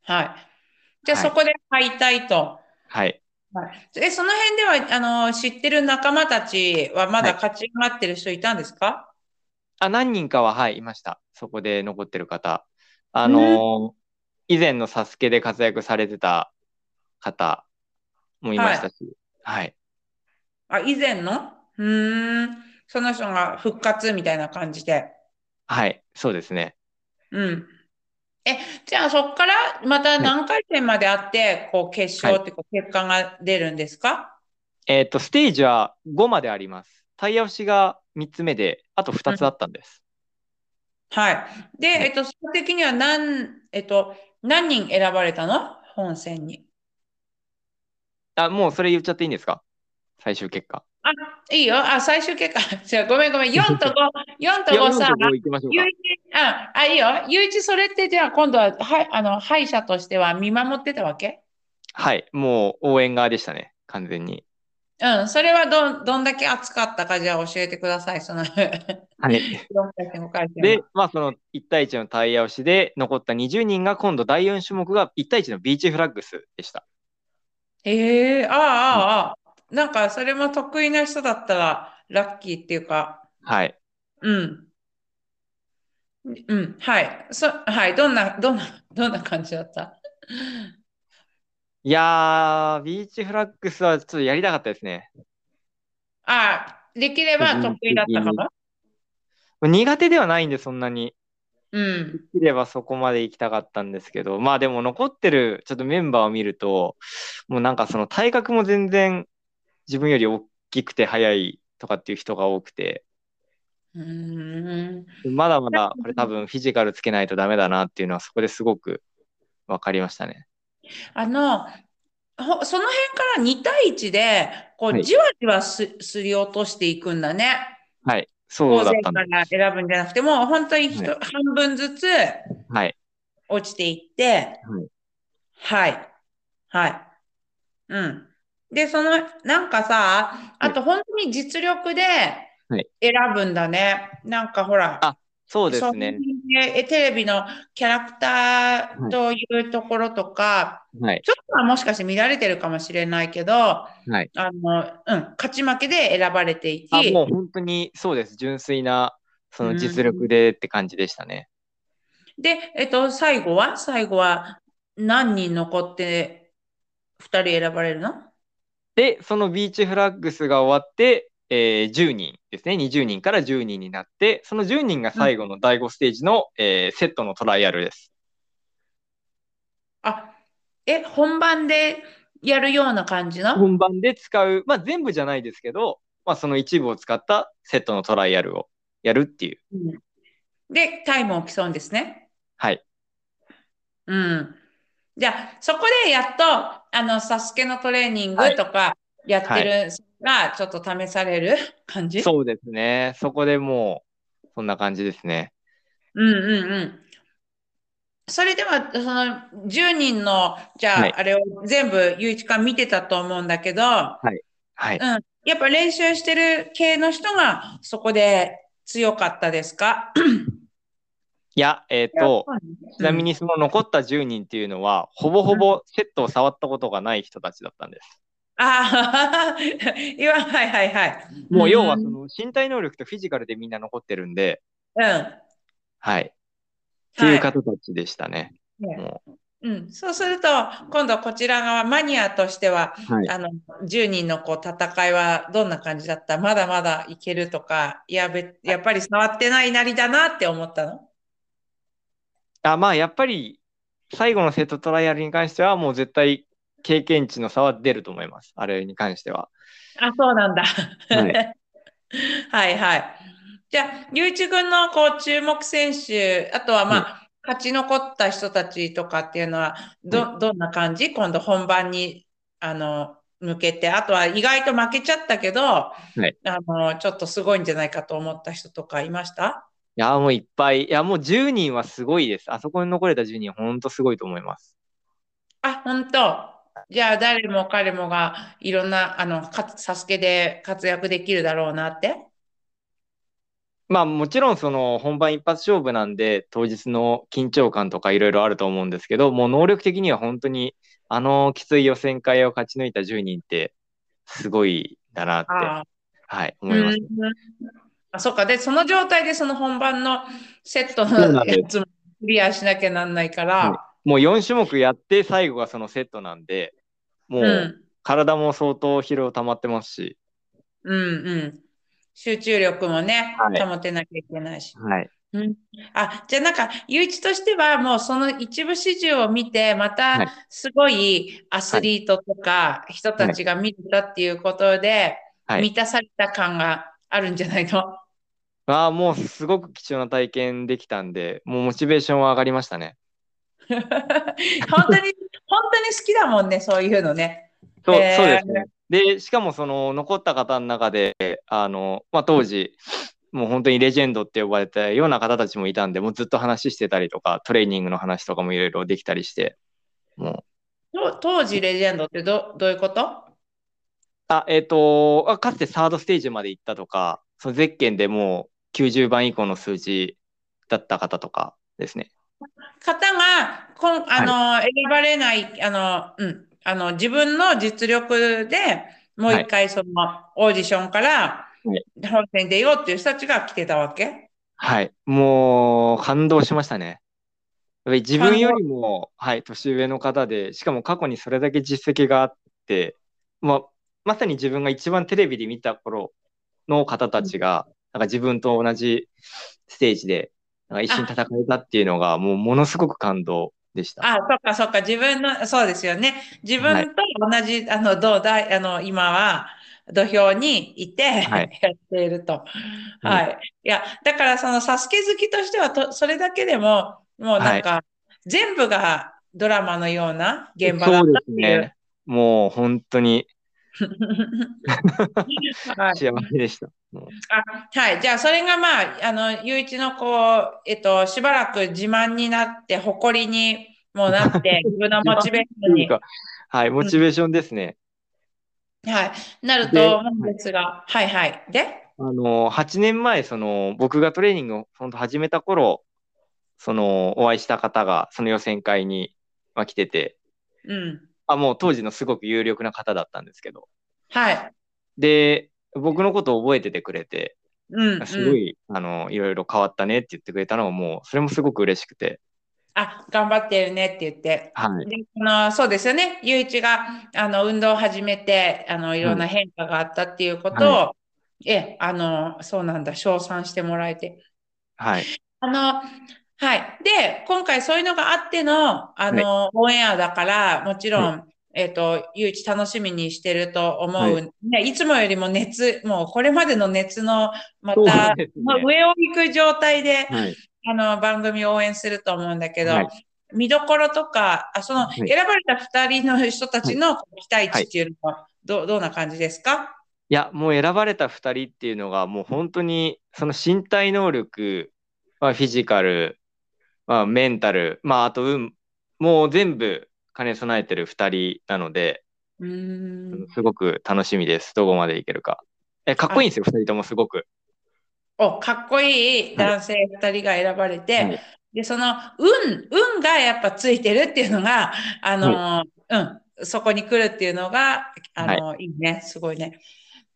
はい。じゃあ、はいそこで敗退と。はい。え、その辺では、あの、知ってる仲間たちはまだは勝ち待ってる人いたんですかあ、何人かは、はい、いました。そこで残ってる方。あのー以前のサスケで活躍されてた方もいましたし、はい。あ、以前のうーん。その人が復活みたいな感じで。はい、そうですね。うん。え、じゃあそこからまた何回戦まであって、こう決勝ってこう結果が出るんですかえっ、と、ステージは5まであります。タイヤ押しが3つ目で、あと2つあったんです。はい。で、えっと、その的には何、えっと、何人選ばれたの本戦に。あ、もうそれ言っちゃっていいんですか最終結果。あ、いいよ。あ、最終結果。 じゃあごめんごめん。4と5、4といや、 5さ、 45行きましょうゆかうい。ち、あ、あ、いいよ。ゆういち、それってじゃあ今度は、はい、あの、敗者としては見守ってたわけはい、もう応援側でしたね、完全に。うん、それはど、どんだけ熱かったか、じゃあ教えてください、その 4は回い。戦、5回戦では。、まあ、その1対1のタイヤ押しで残った20人が今度第4種目が1対1のビーチフラッグスでした。ええああ、ああ、ああ。なんか、それも得意な人だったら、ラッキーっていうか、はい。うん。うん、はい。そ、はい、どんな、どんな、どんな感じだったいやー、ビーチフラッグスはちょっとやりたかったですね。ああ、できれば得意だったかも。苦手ではないんで、そんなに。うん。できればそこまで行きたかったんですけど、まあでも残ってるちょっとメンバーを見ると、もうなんかその体格も全然自分より大きくて速いとかっていう人が多くて、うーん。まだまだこれ多分フィジカルつけないとダメだなっていうのはそこですごく分かりましたね。あの、ほその辺から2対1で、こはう、いじわじわす、すり落としていくんだね。はい。そうだったんで大勢から選ぶんじゃなくて、もう本当にひとは半分ずつす。はい。落ちていって、はい。はい。うん。で、その、なんかさ、あと本当に実力で、はい選ぶんだね。なんかほら。あそうですね。そうえテレビのキャラクターというところとか、はい。ちょっとはもしかして見られてるかもしれないけど、はい。あの、うん、勝ち負けで選ばれていあ、き、もう本当にそうです。純粋な、その実力でって感じでしたね。で、えっと、最後は最後は何人残って2人選ばれるので、そのビーチフラッグスが終わって、えー10人ですね。20人から10人になって、その10人が最後の第5ステージの、えーセットのトライアルです。あ、え、本番でやるような感じの本番で使う、まあ全部じゃないですけど、まあその一部を使ったセットのトライアルをやるっていう。で、タイムを競うんですね。はい。うん。じゃあ、そこでやっと、あの、サスケのトレーニングとかやってるが、ちょっと試される感じそうですね。そこでもう、そんな感じですね。うんうんうん。それでは、その10人の、じゃあ、はいあれを全部、ゆういちかん見てたと思うんだけど、やはい。っぱ練習してる系の人がそこで強かったですかいや、えっ、と、ちなみ、にその残った10人っていうのは、ほぼほぼセットを触ったことがない人たちだったんです。うんああ、今、 はいはいはい。もう要はうそんの身体能力とフィジカルでみんな残ってるんで、うん。はい。っていうは方たちでしたね。いねもうん、そうすると、今度こちら側、マニアとしては、はいあの、10人のこう戦いはどんな感じだったまだまだいけるとか、いやべ、やっぱり触ってないなりだなって思ったのあまあ、やっぱり最後のセットトライアルに関しては、もう絶対経験値の差は出ると思います。あれに関しては。あ、そうなんだ。は はいはい。じゃあ、ゆういち君のこう注目選手、あとはまあ、勝ち残った人たちとかっていうのは、ど、どんな感じ今度本番に、あの、向けて、あとは意外と負けちゃったけど、いあの、ちょっとすごいんじゃないかと思った人とかいましたいや、もういっぱい。いや、もう10人はすごいです。あそこに残れた10人は本当すごいと思います。あ、本当。じゃあ、誰も彼もがいろんな、あの、かサスケで活躍できるだろうなって。まあもちろんその本番一発勝負なんで当日の緊張感とかいろいろあると思うんですけど、もう能力的には本当にあのきつい予選会を勝ち抜いた10人ってすごいだなって、ああ。はい、思います。うんあ、そっか。で、その状態でその本番のセットそうのなんですやつもクリアしなきゃなんないから、もう4種目やって最後がそのセットなんで、もうん、う体も相当疲労溜まってますし、うん、うん。集中力もね、はい保てなきゃいけないし。はい。うん、あ、じゃあなんか、ゆういちとしてはもうその一部始終を見て、まはいたすごいアスリートとか人たちが見てたっていうことで、はい満たされた感があるんじゃないの ああ、もうすごく貴重な体験できたんで、もうモチベーションは上がりましたね。本当に、本当に好きだもんね、そういうのね。そう、えーそうですね。で、しかもその残った方の中で、あの、まあ、当時、もう本当にレジェンドって呼ばれたような方たちもいたんで、もうずっと話してたりとか、トレーニングの話とかもいろいろできたりして、もう、と当時レジェンドってど、どういうことあ、えっ、とあ、かつてサードステージまで行ったとか、そのゼッケンでもう90番以降の数字だった方とかですね。方が、こん、あの、選ばれない、あの、うん、あの、自分の実力でもうは一い回そのオーディションからは本戦に出ようっていう人たちが来てたわけはい。もう、感動しましたね。やっぱり自分よりも、はい、年上の方で、しかも過去にそれだけ実績があって、まあ、まさに自分が一番テレビで見た頃の方たちが、なんか自分と同じステージで、なんか一緒に戦えたっていうのが、もうものすごく感動でした。あ、そっかそっか、自分の、そうですよね。自分と同じ、あの、同大、あの、今は、土俵にいて、はい やっていると。はい。いや、だから、その、サスケ好きとしてはと、それだけでも、もうなんか、全部がドラマのような現場だそっうでたってすいう。ね。もう本当に はい。幸せでした。もうあはい。じゃあ、それがまあ、あの、ゆういちのこう、えっと、しばらく自慢になって、誇りにもな って、自分のモチベーションといにう。か、はい、モチベーションですね。はい。なるでと思うんですが、はいはい。で、あの、8年前、その、僕がトレーニングを本当始めた頃、その、お会いした方が、その予選会に、まあ、来てて、うん。あ、もう当時のすごく有力な方だったんですけど、はい。で、僕のことを覚えててくれて、うん、うん。すごい、あの、いろいろ変わったねって言ってくれたのがもう、それもすごく嬉しくて、あ、頑張ってるねって言って。はい。で、あの、そうですよね。ゆういちが、あの、運動を始めて、あの、いろんな変化があったっていうことを、ええ、あの、そうなんだ、称賛してもらえて。はい。あの、はい。で、今回そういうのがあっての、あの、オンエアだから、もちろん、えっと、ゆういち楽しみにしてると思う。、はいね、いつもよりも熱、もうこれまでの熱の、まそうた、ですねまあ上を行く状態で、はい。あの、番組を応援すると思うんだけど、はい見どころとか、あ、その、はい選ばれた二人の人たちの期待値っていうのは、どう、どんな感じですかいや、もう選ばれた2人っていうのが、もう本当に、その身体能力、まあ、フィジカル、まあ、メンタル、まあ、あと運、もう全部兼ね備えてる2人なので、うーん。すごく楽しみです。どこまでいけるか。え、かっこいいんですよ、2人ともすごく。お、かっこいい男性二人が選ばれて、はいで、その、運、運がやっぱついてるっていうのが、あの、うん、そこに来るっていうのが、あの、いいね、すごいね。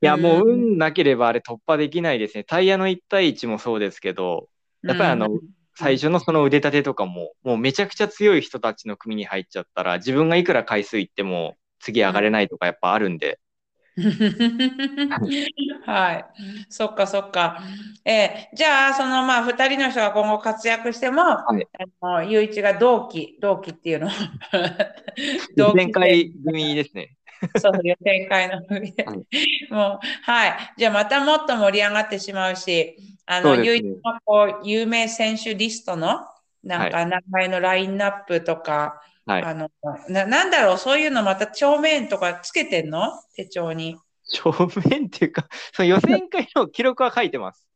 いや、もううん運なければあれ突破できないですね。タイヤの1対1もそうですけど、やっぱりあのうん最初のその腕立てとかも、もうめちゃくちゃ強い人たちの組に入っちゃったら、自分がいくら回数いっても、次上がれないとかやっぱあるんで、 はい。そっかそっか。えーじゃあ、そのまあ、二人の人が今後活躍しても、いあの、ゆういちが同期、同期っていうの。同期前回組ですね。そう、予選会の上で。はもう、はい。じゃあ、またもっと盛り上がってしまうし、あそうの、ですね唯一のこう、有名選手リストの、なんか、名前のラインナップとか、はいあのな、なんだろう、そういうのまた帳面とかつけてんの手帳に。正面っていうか、 その予選会の記録は書いてます。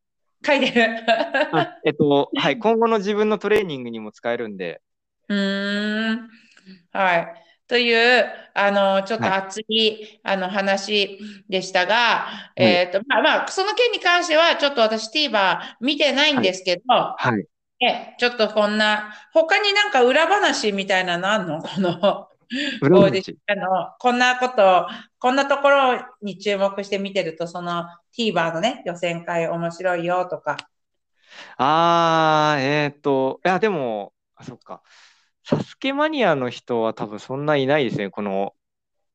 書いてる。えっと、はい、今後の自分のトレーニングにも使えるんで、 うーん。はい。という、あの、ちょっと熱い、あの、話でしたが、いえっと、まあまあ、その件に関しては、ちょっと私 TVer 見てないんですけど、はい。え、ちょっとこんな、他になんか裏話みたいなのあんのこ の、裏オーディシ話ョンあの、こんなこと、こんなところに注目して見てると、その TVer のね、予選会面白いよとか。 あー、えーっと、いや、でも、あ、そっか。サスケマニアの人は多分そんないないですね、この、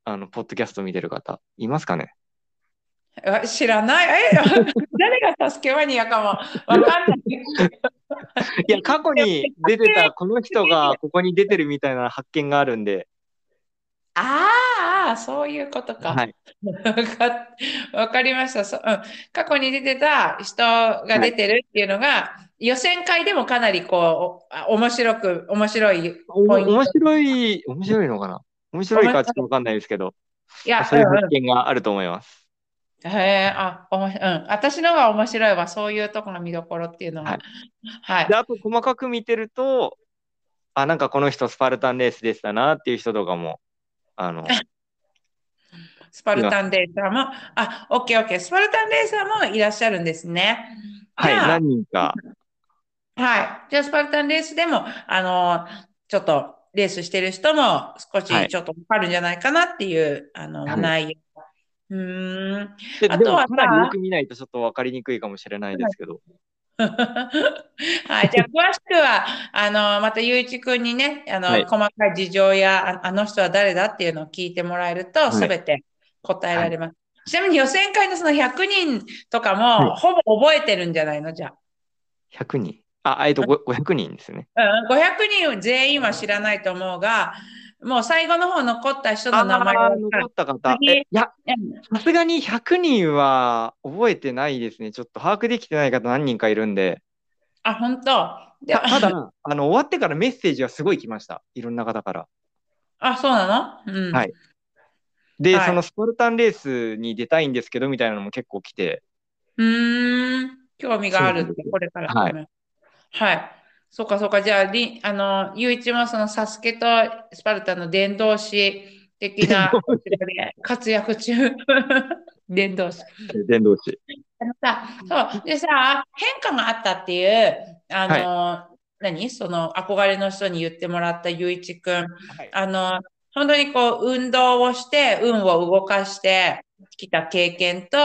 あの、ポッドキャスト見てる方。いますかねあ知らない。え、 誰がサスケマニアかもわかんない。いや、過去に出てた、この人がここに出てるみたいな発見があるんで、あーあー、そういうことか。はい。わか、 わかりました。そ、うん。過去に出てた人が出てるっていうのが、予選会でもかなりこう、おあ面白く、面白いおポイント面白い、面白いのかな面白いかはちょっとわかんないですけど、いや、そういううんうん発見があると思います。へえ、あ、おもし、うん。私のが面白いわ。そういうとこの見どころっていうのが。はいはいで、。あと細かく見てると、あ、なんかこの人スパルタンレースでしたなっていう人とかも、あの、スパルタンレーサーも、あ、オッケーオッケー。スパルタンレーサーもいらっしゃるんですね。はい、じゃあ何人か、はい。じゃあ、スパルタンレースでも、あの、ちょっと、レースしてる人も少はしいちょっとわかるんじゃないかなっていう、あの、はい内容。うーん。 で、あでともはさかなりよく見ないとちょっと分かりにくいかもしれないですけど、はい、じゃあ詳しくは、あの、またゆういちくんにね、あの、はい細かい事情や、ああの人は誰だっていうのを聞いてもらえると、いすべて答えられます。ちなみに予選会のその100人とかも、はほぼ覚えてるんじゃないのじゃ100人。あ、あえっと、ご500人ですね。あ。うん、500人全員は知らないと思うが、もう最後の方残った人のあ名前あをー、残った方。次えいや、うんさすがに100人は覚えてないですね。ちょっと把握できてない方何人かいるんで、あ、本当でたただ、あの、終わってからメッセージはすごい来ました。いろんな方から。あ、そうなのうん。はいで、はいそのスパルタンレースに出たいんですけど、みたいなのも結構来て、うーん、興味があるって、これから。ははい。そうか、そうか。じゃあ、り、あの、ゆういちもそのサスケとスパルタの伝道師的な伝 活躍中。伝道師。伝道師。のさ、そう。でさ、変化があったっていう、あの、何その憧れの人に言ってもらったゆういちくん。はいあの、本当にこう、運動をして、運を動かしてきた経験と、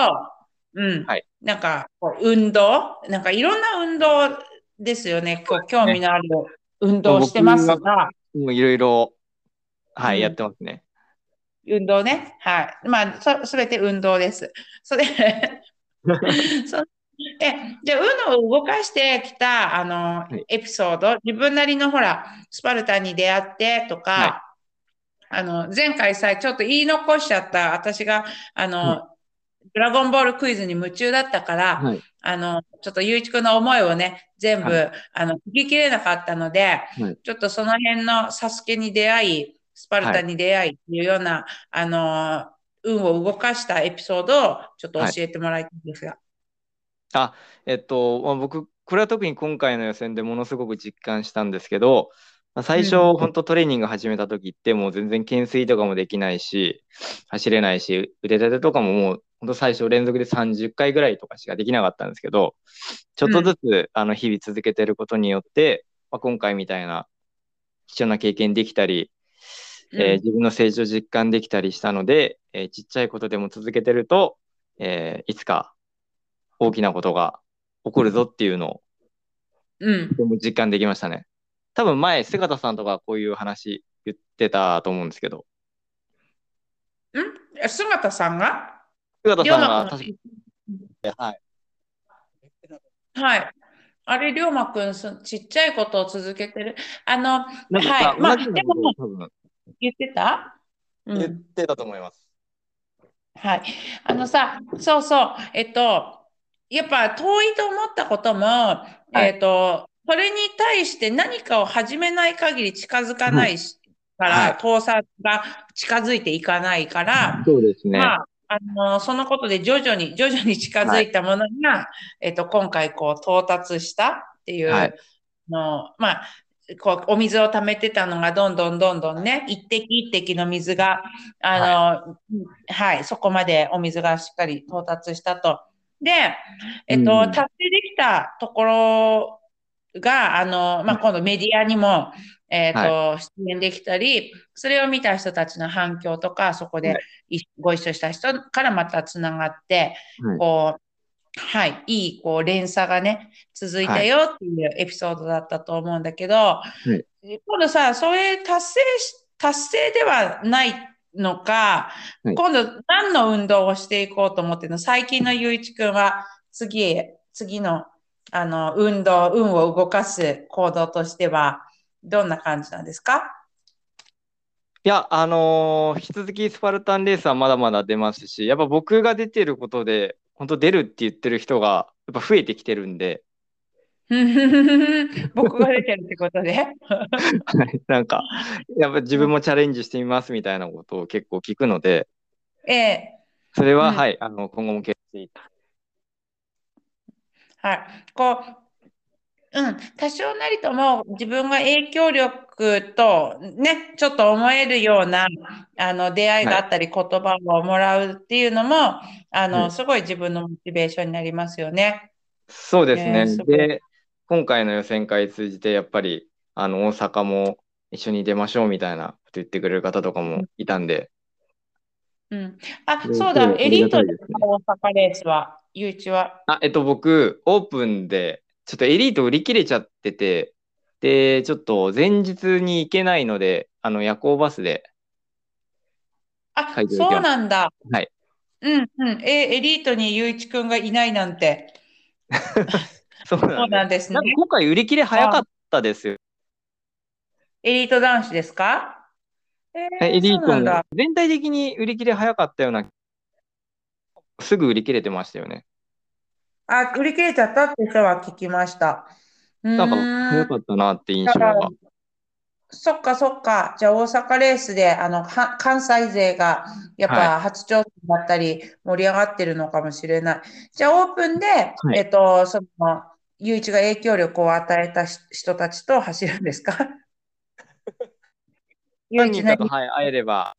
うん。はいなんか、こう運動なんかいろんな運動ですよね。こう、興味のある運動をしてます僕が、もういろいろ、はい、うんやってますね。運動ね。はい。まあ、そ、すべて運動です。それで、そで、じゃあ、運を動かしてきた、あのい、エピソード、自分なりの、ほら、スパルタに出会ってとはか、あの、前回さ、ちょっと言い残しちゃった、私が、あの、ドラゴンボールクイズに夢中だったから、はいあの、ちょっとゆういちくんの思いをね、全部、はあの、聞ききれなかったので、はいちょっとその辺のサスケに出会い、スパルタに出会いっていうような、あの、運を動かしたエピソードをちょっと教えてもらいたいんですが。えっと、まあ、僕、これは特に今回の予選でものすごく実感したんですけど、まあ最初、う本当トレーニング始めた時って、もう全然懸垂とかもできないし、走れないし、腕立てとかももう、本当最初連続で30回ぐらいとかしかできなかったんですけど、ちょっとずつ、あの、日々続けてることによって、まあ、今回みたいな貴重な経験できたり、えー自分の成長実感できたりしたので、えーちっちゃいことでも続けてると、えーいつか大きなことが起こるぞっていうのをうん。うんと。ても実感できましたね。多分前、姿さんとかこういう話言ってたと思うんですけど、え姿さんが姿龍さん馬はくん確かはい。はい。あれ、りょうまくんす、ちっちゃいことを続けてる。あの、なんかはい。まあ、同でじようなこも、とを多分言ってたう言っん。てたと思います。はい。あのさ、そうそう。えっと、やっぱ遠いと思ったことも、いえっと、それに対して何かを始めない限り近づかないし、から、はい倒産が近づいていかないから、そうですね。まあ、あの、そのことで徐々に、 徐々に近づいたものが、えっと、今回、こう、到達したっていう、はいの、まあ、こう、お水を溜めてたのが、どんどんどんどんね、一滴一滴の水が、あの、はい、そこまでお水がしっかり到達したと。で、えっと、うん達成できたところが、あの、まあ、今度メディアにも、えっと、出演できたり、それを見た人たちの反響とか、そこではいいご一緒した人からまたつながって、はいこう、はい、いい、こう、連鎖がね、続いたよっていうエピソードだったと思うんだけど、い今度さ、それ達成し、達成ではないのか、はい今度何の運動をしていこうと思ってるの最近のゆういちくんは、次へ、次の、あの、運動、運を動かす行動としては、どんな感じなんですか いや、あのー引き続きスパルタンレースはまだまだ出ますし、やっぱ僕が出てることで、本当出るって言ってる人が、やっぱ増えてきてるんで、 僕が出てるってことで。 はいなんか、やっぱ自分もチャレンジしてみますみたいなことを結構聞くので、ええ。それは、うんはい、あの、今後も決意。はい。こう、うん、多少なりとも自分が影響力とね、ちょっと思えるような、あの、出会いがあったり、言葉をもらうっていうのも、あはの、いすごい自分のモチベーションになりますよね。そうですえーね。すごいで、今回の予選会通じて、やっぱり、あの、大阪も一緒に出ましょうみたいなこと言ってくれる方とかもいたんで、うん。あ、うんそうだ、そうエリートありがたいですね大阪レースは、ゆういちは。あ、えっと、僕、オープンで、ちょっとエリート売り切れちゃってて、で、ちょっと前日に行けないので、あの、夜行バスで、あ、はいそうなんだ。はい。うん、うん。え、エリートにゆういちくんがいないなんて。そうそなうんでなんですす。ねなん。か今回売り切れ早かったですよ。エリート男子ですかえーエリーそうトなんだも。全体的に売り切れ早かったような、すぐ売り切れてましたよね。あ、売り切れちゃったって人は聞きました。うなんかー早ん。かったなって印象が。そっかそっか。じゃあ大阪レースで、あの、は関西勢が、やっぱ初挑戦だったり、盛り上がってるのかもしれない。じゃあオープンで、いえっと、その、ゆういちが影響力を与えたし人たちと走るんです かゆうい何ち人か何と、はい、会えれば、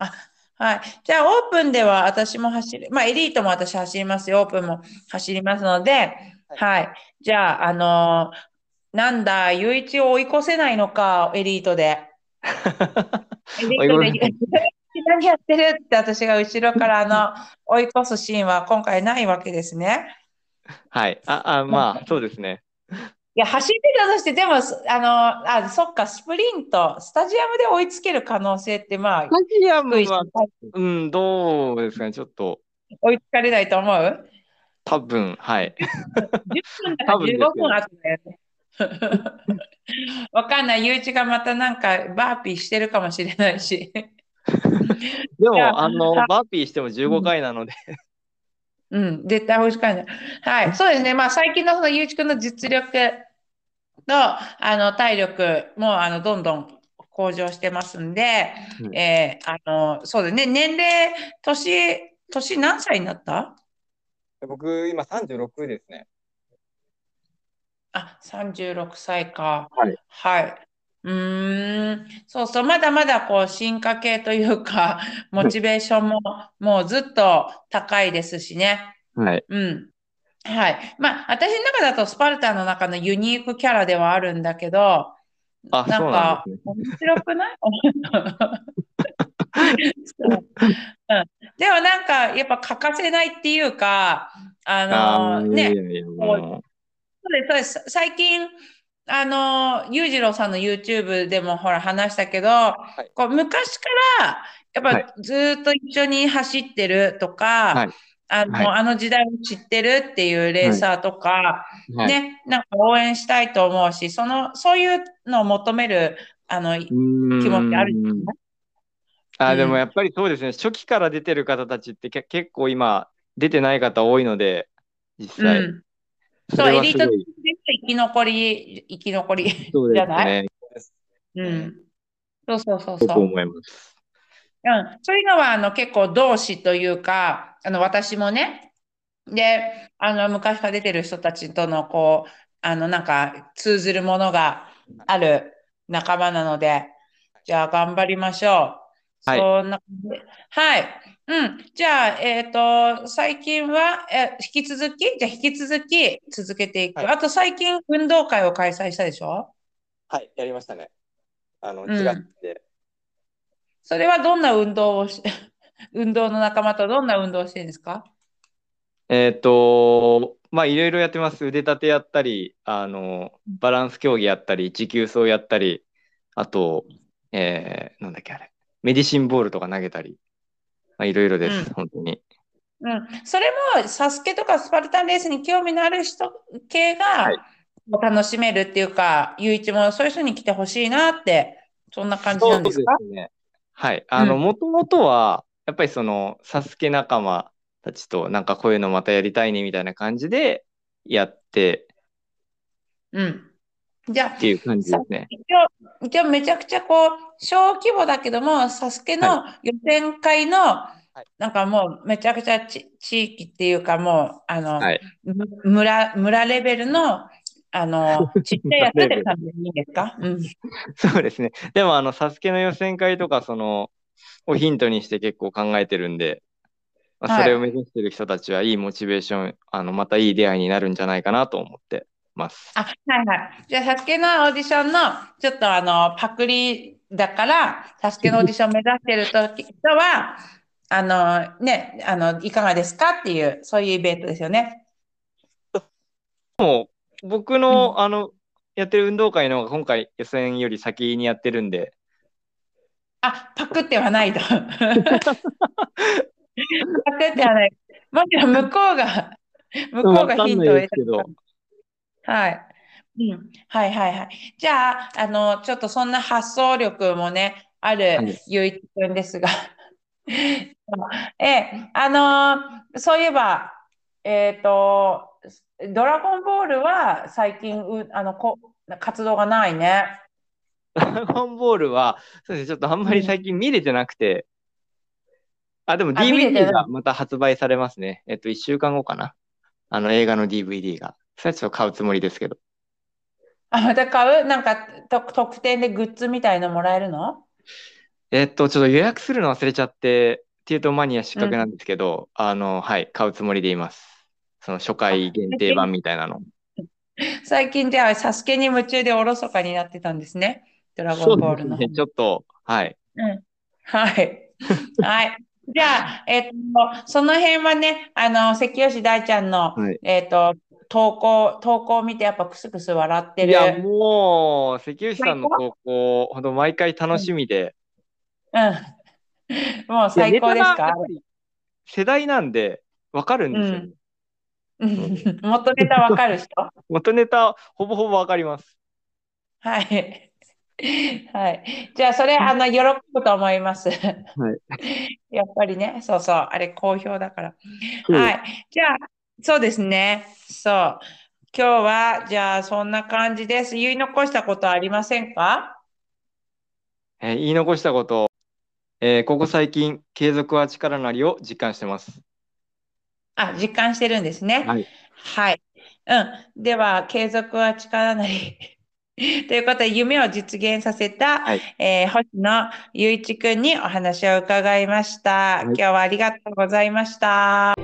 あ、はい。じゃあ、オープンでは私も走る。まあ、エリートも私走りますよ。オープンも走りますので、はい。じゃあ、あのーなんだ、雄一を追い越せないのか、エリートで。エリートで追い越せない 何やってるって私が後ろからあの追い越すシーンは今回ないわけですね。 はい。あ、あまあ、そうですね。いや、走ってたとして、でも、すあの、あ、そっか、スプリント、スタジアムで追いつける可能性って、まあス、タジアム低いしは、うん、どうですかね、ちょっと、追いつかれないと思う多分、はい。 ?10 分だから多分ですよ15分後だよね。わかんない。ゆういちがまたなんか、バーピーしてるかもしれないし。でじゃあも、あのはい、バーピーしても15回なので、うん、絶対美味しくない。はい、そうですね。まあ、最近のそのゆういちくんの実力と、あの、体力も、あの、どんどん向上してますんで、うんえーあの、そうだね。年齢、年、年何歳になった僕、今36ですね。あ、36歳か。はい。はい。うーん。そうそう。まだまだ、こう、進化系という か、モチベーションも、もうずっと高いですしね。はい。うん。はい。まあ、私の中だとスパルタの中のユニークキャラではあるんだけど、あ、なんそうかなんですね。面白くないそううんでもなんか、やっぱ欠かせないっていうか、あのーねい、やいやいやもそうです、そうです。最近、あの、裕次郎さんの YouTube でもほら話したけど、いこう昔から、やっぱはいずーっと一緒に走ってるとか、はいあの、はいあの時代を知ってるっていうレーサーとか、うはい。ね、なんか応援したいと思うし、その、そういうのを求める、あの、うーん気持ちあるあでうんもやっぱりそうですね、初期から出てる方たちってけ結構今、出てない方多いので、実際。うん。そそう、れエはリーすトごい生き残り、生き残りそうじでゃすないね。うん。そうそうそう僕そう。思います。うん、そういうのはあの結構同志というか、あの私もね、で、あの昔から出てる人たちとのこう、あのなんか通ずるものがある仲間なので、じゃあ頑張りましょう。はいそんな感じはい。うん。じゃあ、えっと、最近は、え、引き続き、じゃあ引き続き続けていく。はいあと最近運動会を開催したでしょはい、やりましたね。あの、ん違って。それはどんな運動をし、 運動の仲間とどんな運動をしてるんですかえっ、と、まあ、いろいろやってます。腕立てやったり、あの、バランス競技やったり、持久走やったり、あと、えー、なんだっけ、あれ。メディシンボールとか投げたり。まあ、いろいろでうす、本当に。うん、それもサスケとかスパルタンレースに興味のある人系がい楽しめるっていうか、ゆういちもそういう人に来てほしいなって、そんな感じなんですかそうですね。はい。あの、うんもともとは、やっぱりその、サスケ仲間たちと、なんかこういうのまたやりたいね、みたいな感じで、やってうん。じゃあっ、ていう感じですね。一応、一応めちゃくちゃこう、小規模だけども、サスケの予選会の、いなんかもうめちゃくちゃち地域っていうかもう、あの、はいむ村、村レベルの、あ の、ちっちゃいやつって感じでいいんですかうん。そうですね。でも、あの、サスケの予選会とか、その、をヒントにして結構考えてるんで、まあはいそれを目指してる人たちはいいモチベーション、あの、またいい出会いになるんじゃないかなと思ってます。あ、はいはい。じゃあ、サスケのオーディションの、ちょっとあの、パクリだから、サスケのオーディション目指してるときとは、あの、ね、あの、いかがですかっていう、そういうイベントですよね。僕うの、あの、やってる運動会の方が今回予選より先にやってるんで、 あ、パクってはないと。パクってはない。もちろん向こうが、向こうわがかヒんンないトをで得すけど、た。はい。うん。はいはいはい。じゃあ、あの、ちょっとそんな発想力もね、あはいるゆういちくんですが。 ええ、あのーそういえば、えっと、ドラゴンボールは最近、う、あの、こ、活動がないね。ドラゴンボールは、そうですね、ちょっとあんまり最近見れてなくて、あ、でもあ見れてない DVD がまた発売されますね。えっと、1週間後かな。あの、映画の DVD が。それはちょっと買うつもりですけど。あ、また買うなんか、と、特典でグッズみたいのもらえるのえっと、ちょっと予約するの忘れちゃって、ティートマニア失格なんですけど、あの、はい、買うつもりでいます。その初回限定版みたいなの。最近ではサスケに夢中でおろそかになってたんですね。ドラそゴうンボーでルすの。ね、ちょっと、はい。うん はい。はい。じゃあ、えっと、その辺はね、あの、関吉大ちゃんの、はいえっと、投稿、投稿を見てやっぱクスクス笑っていや、る。もう、関口さんの投稿、ほんと毎回楽しみで。うん。もう最高ですか世代なんで、わかるんですよね。うん 元ネタわかる人元ネタ、ほぼほぼわかります。はい。はい。じゃあ、それ、あの、喜ぶと思います。 やっぱりね、そうそう、あれ好評だから。はい。じゃあ、そうですね。そう。今日は、じゃあ、そんな感じです。言い残したことありませんかえー言い残したこと、えーここ最近、継続は力なりを実感してます。あ、実感してるんですね。はい。はい。うん。では、継続は力なり。 ということで、夢を実現させた、はいえー星野雄一くんにお話を伺いました。い今日はありがとうございました。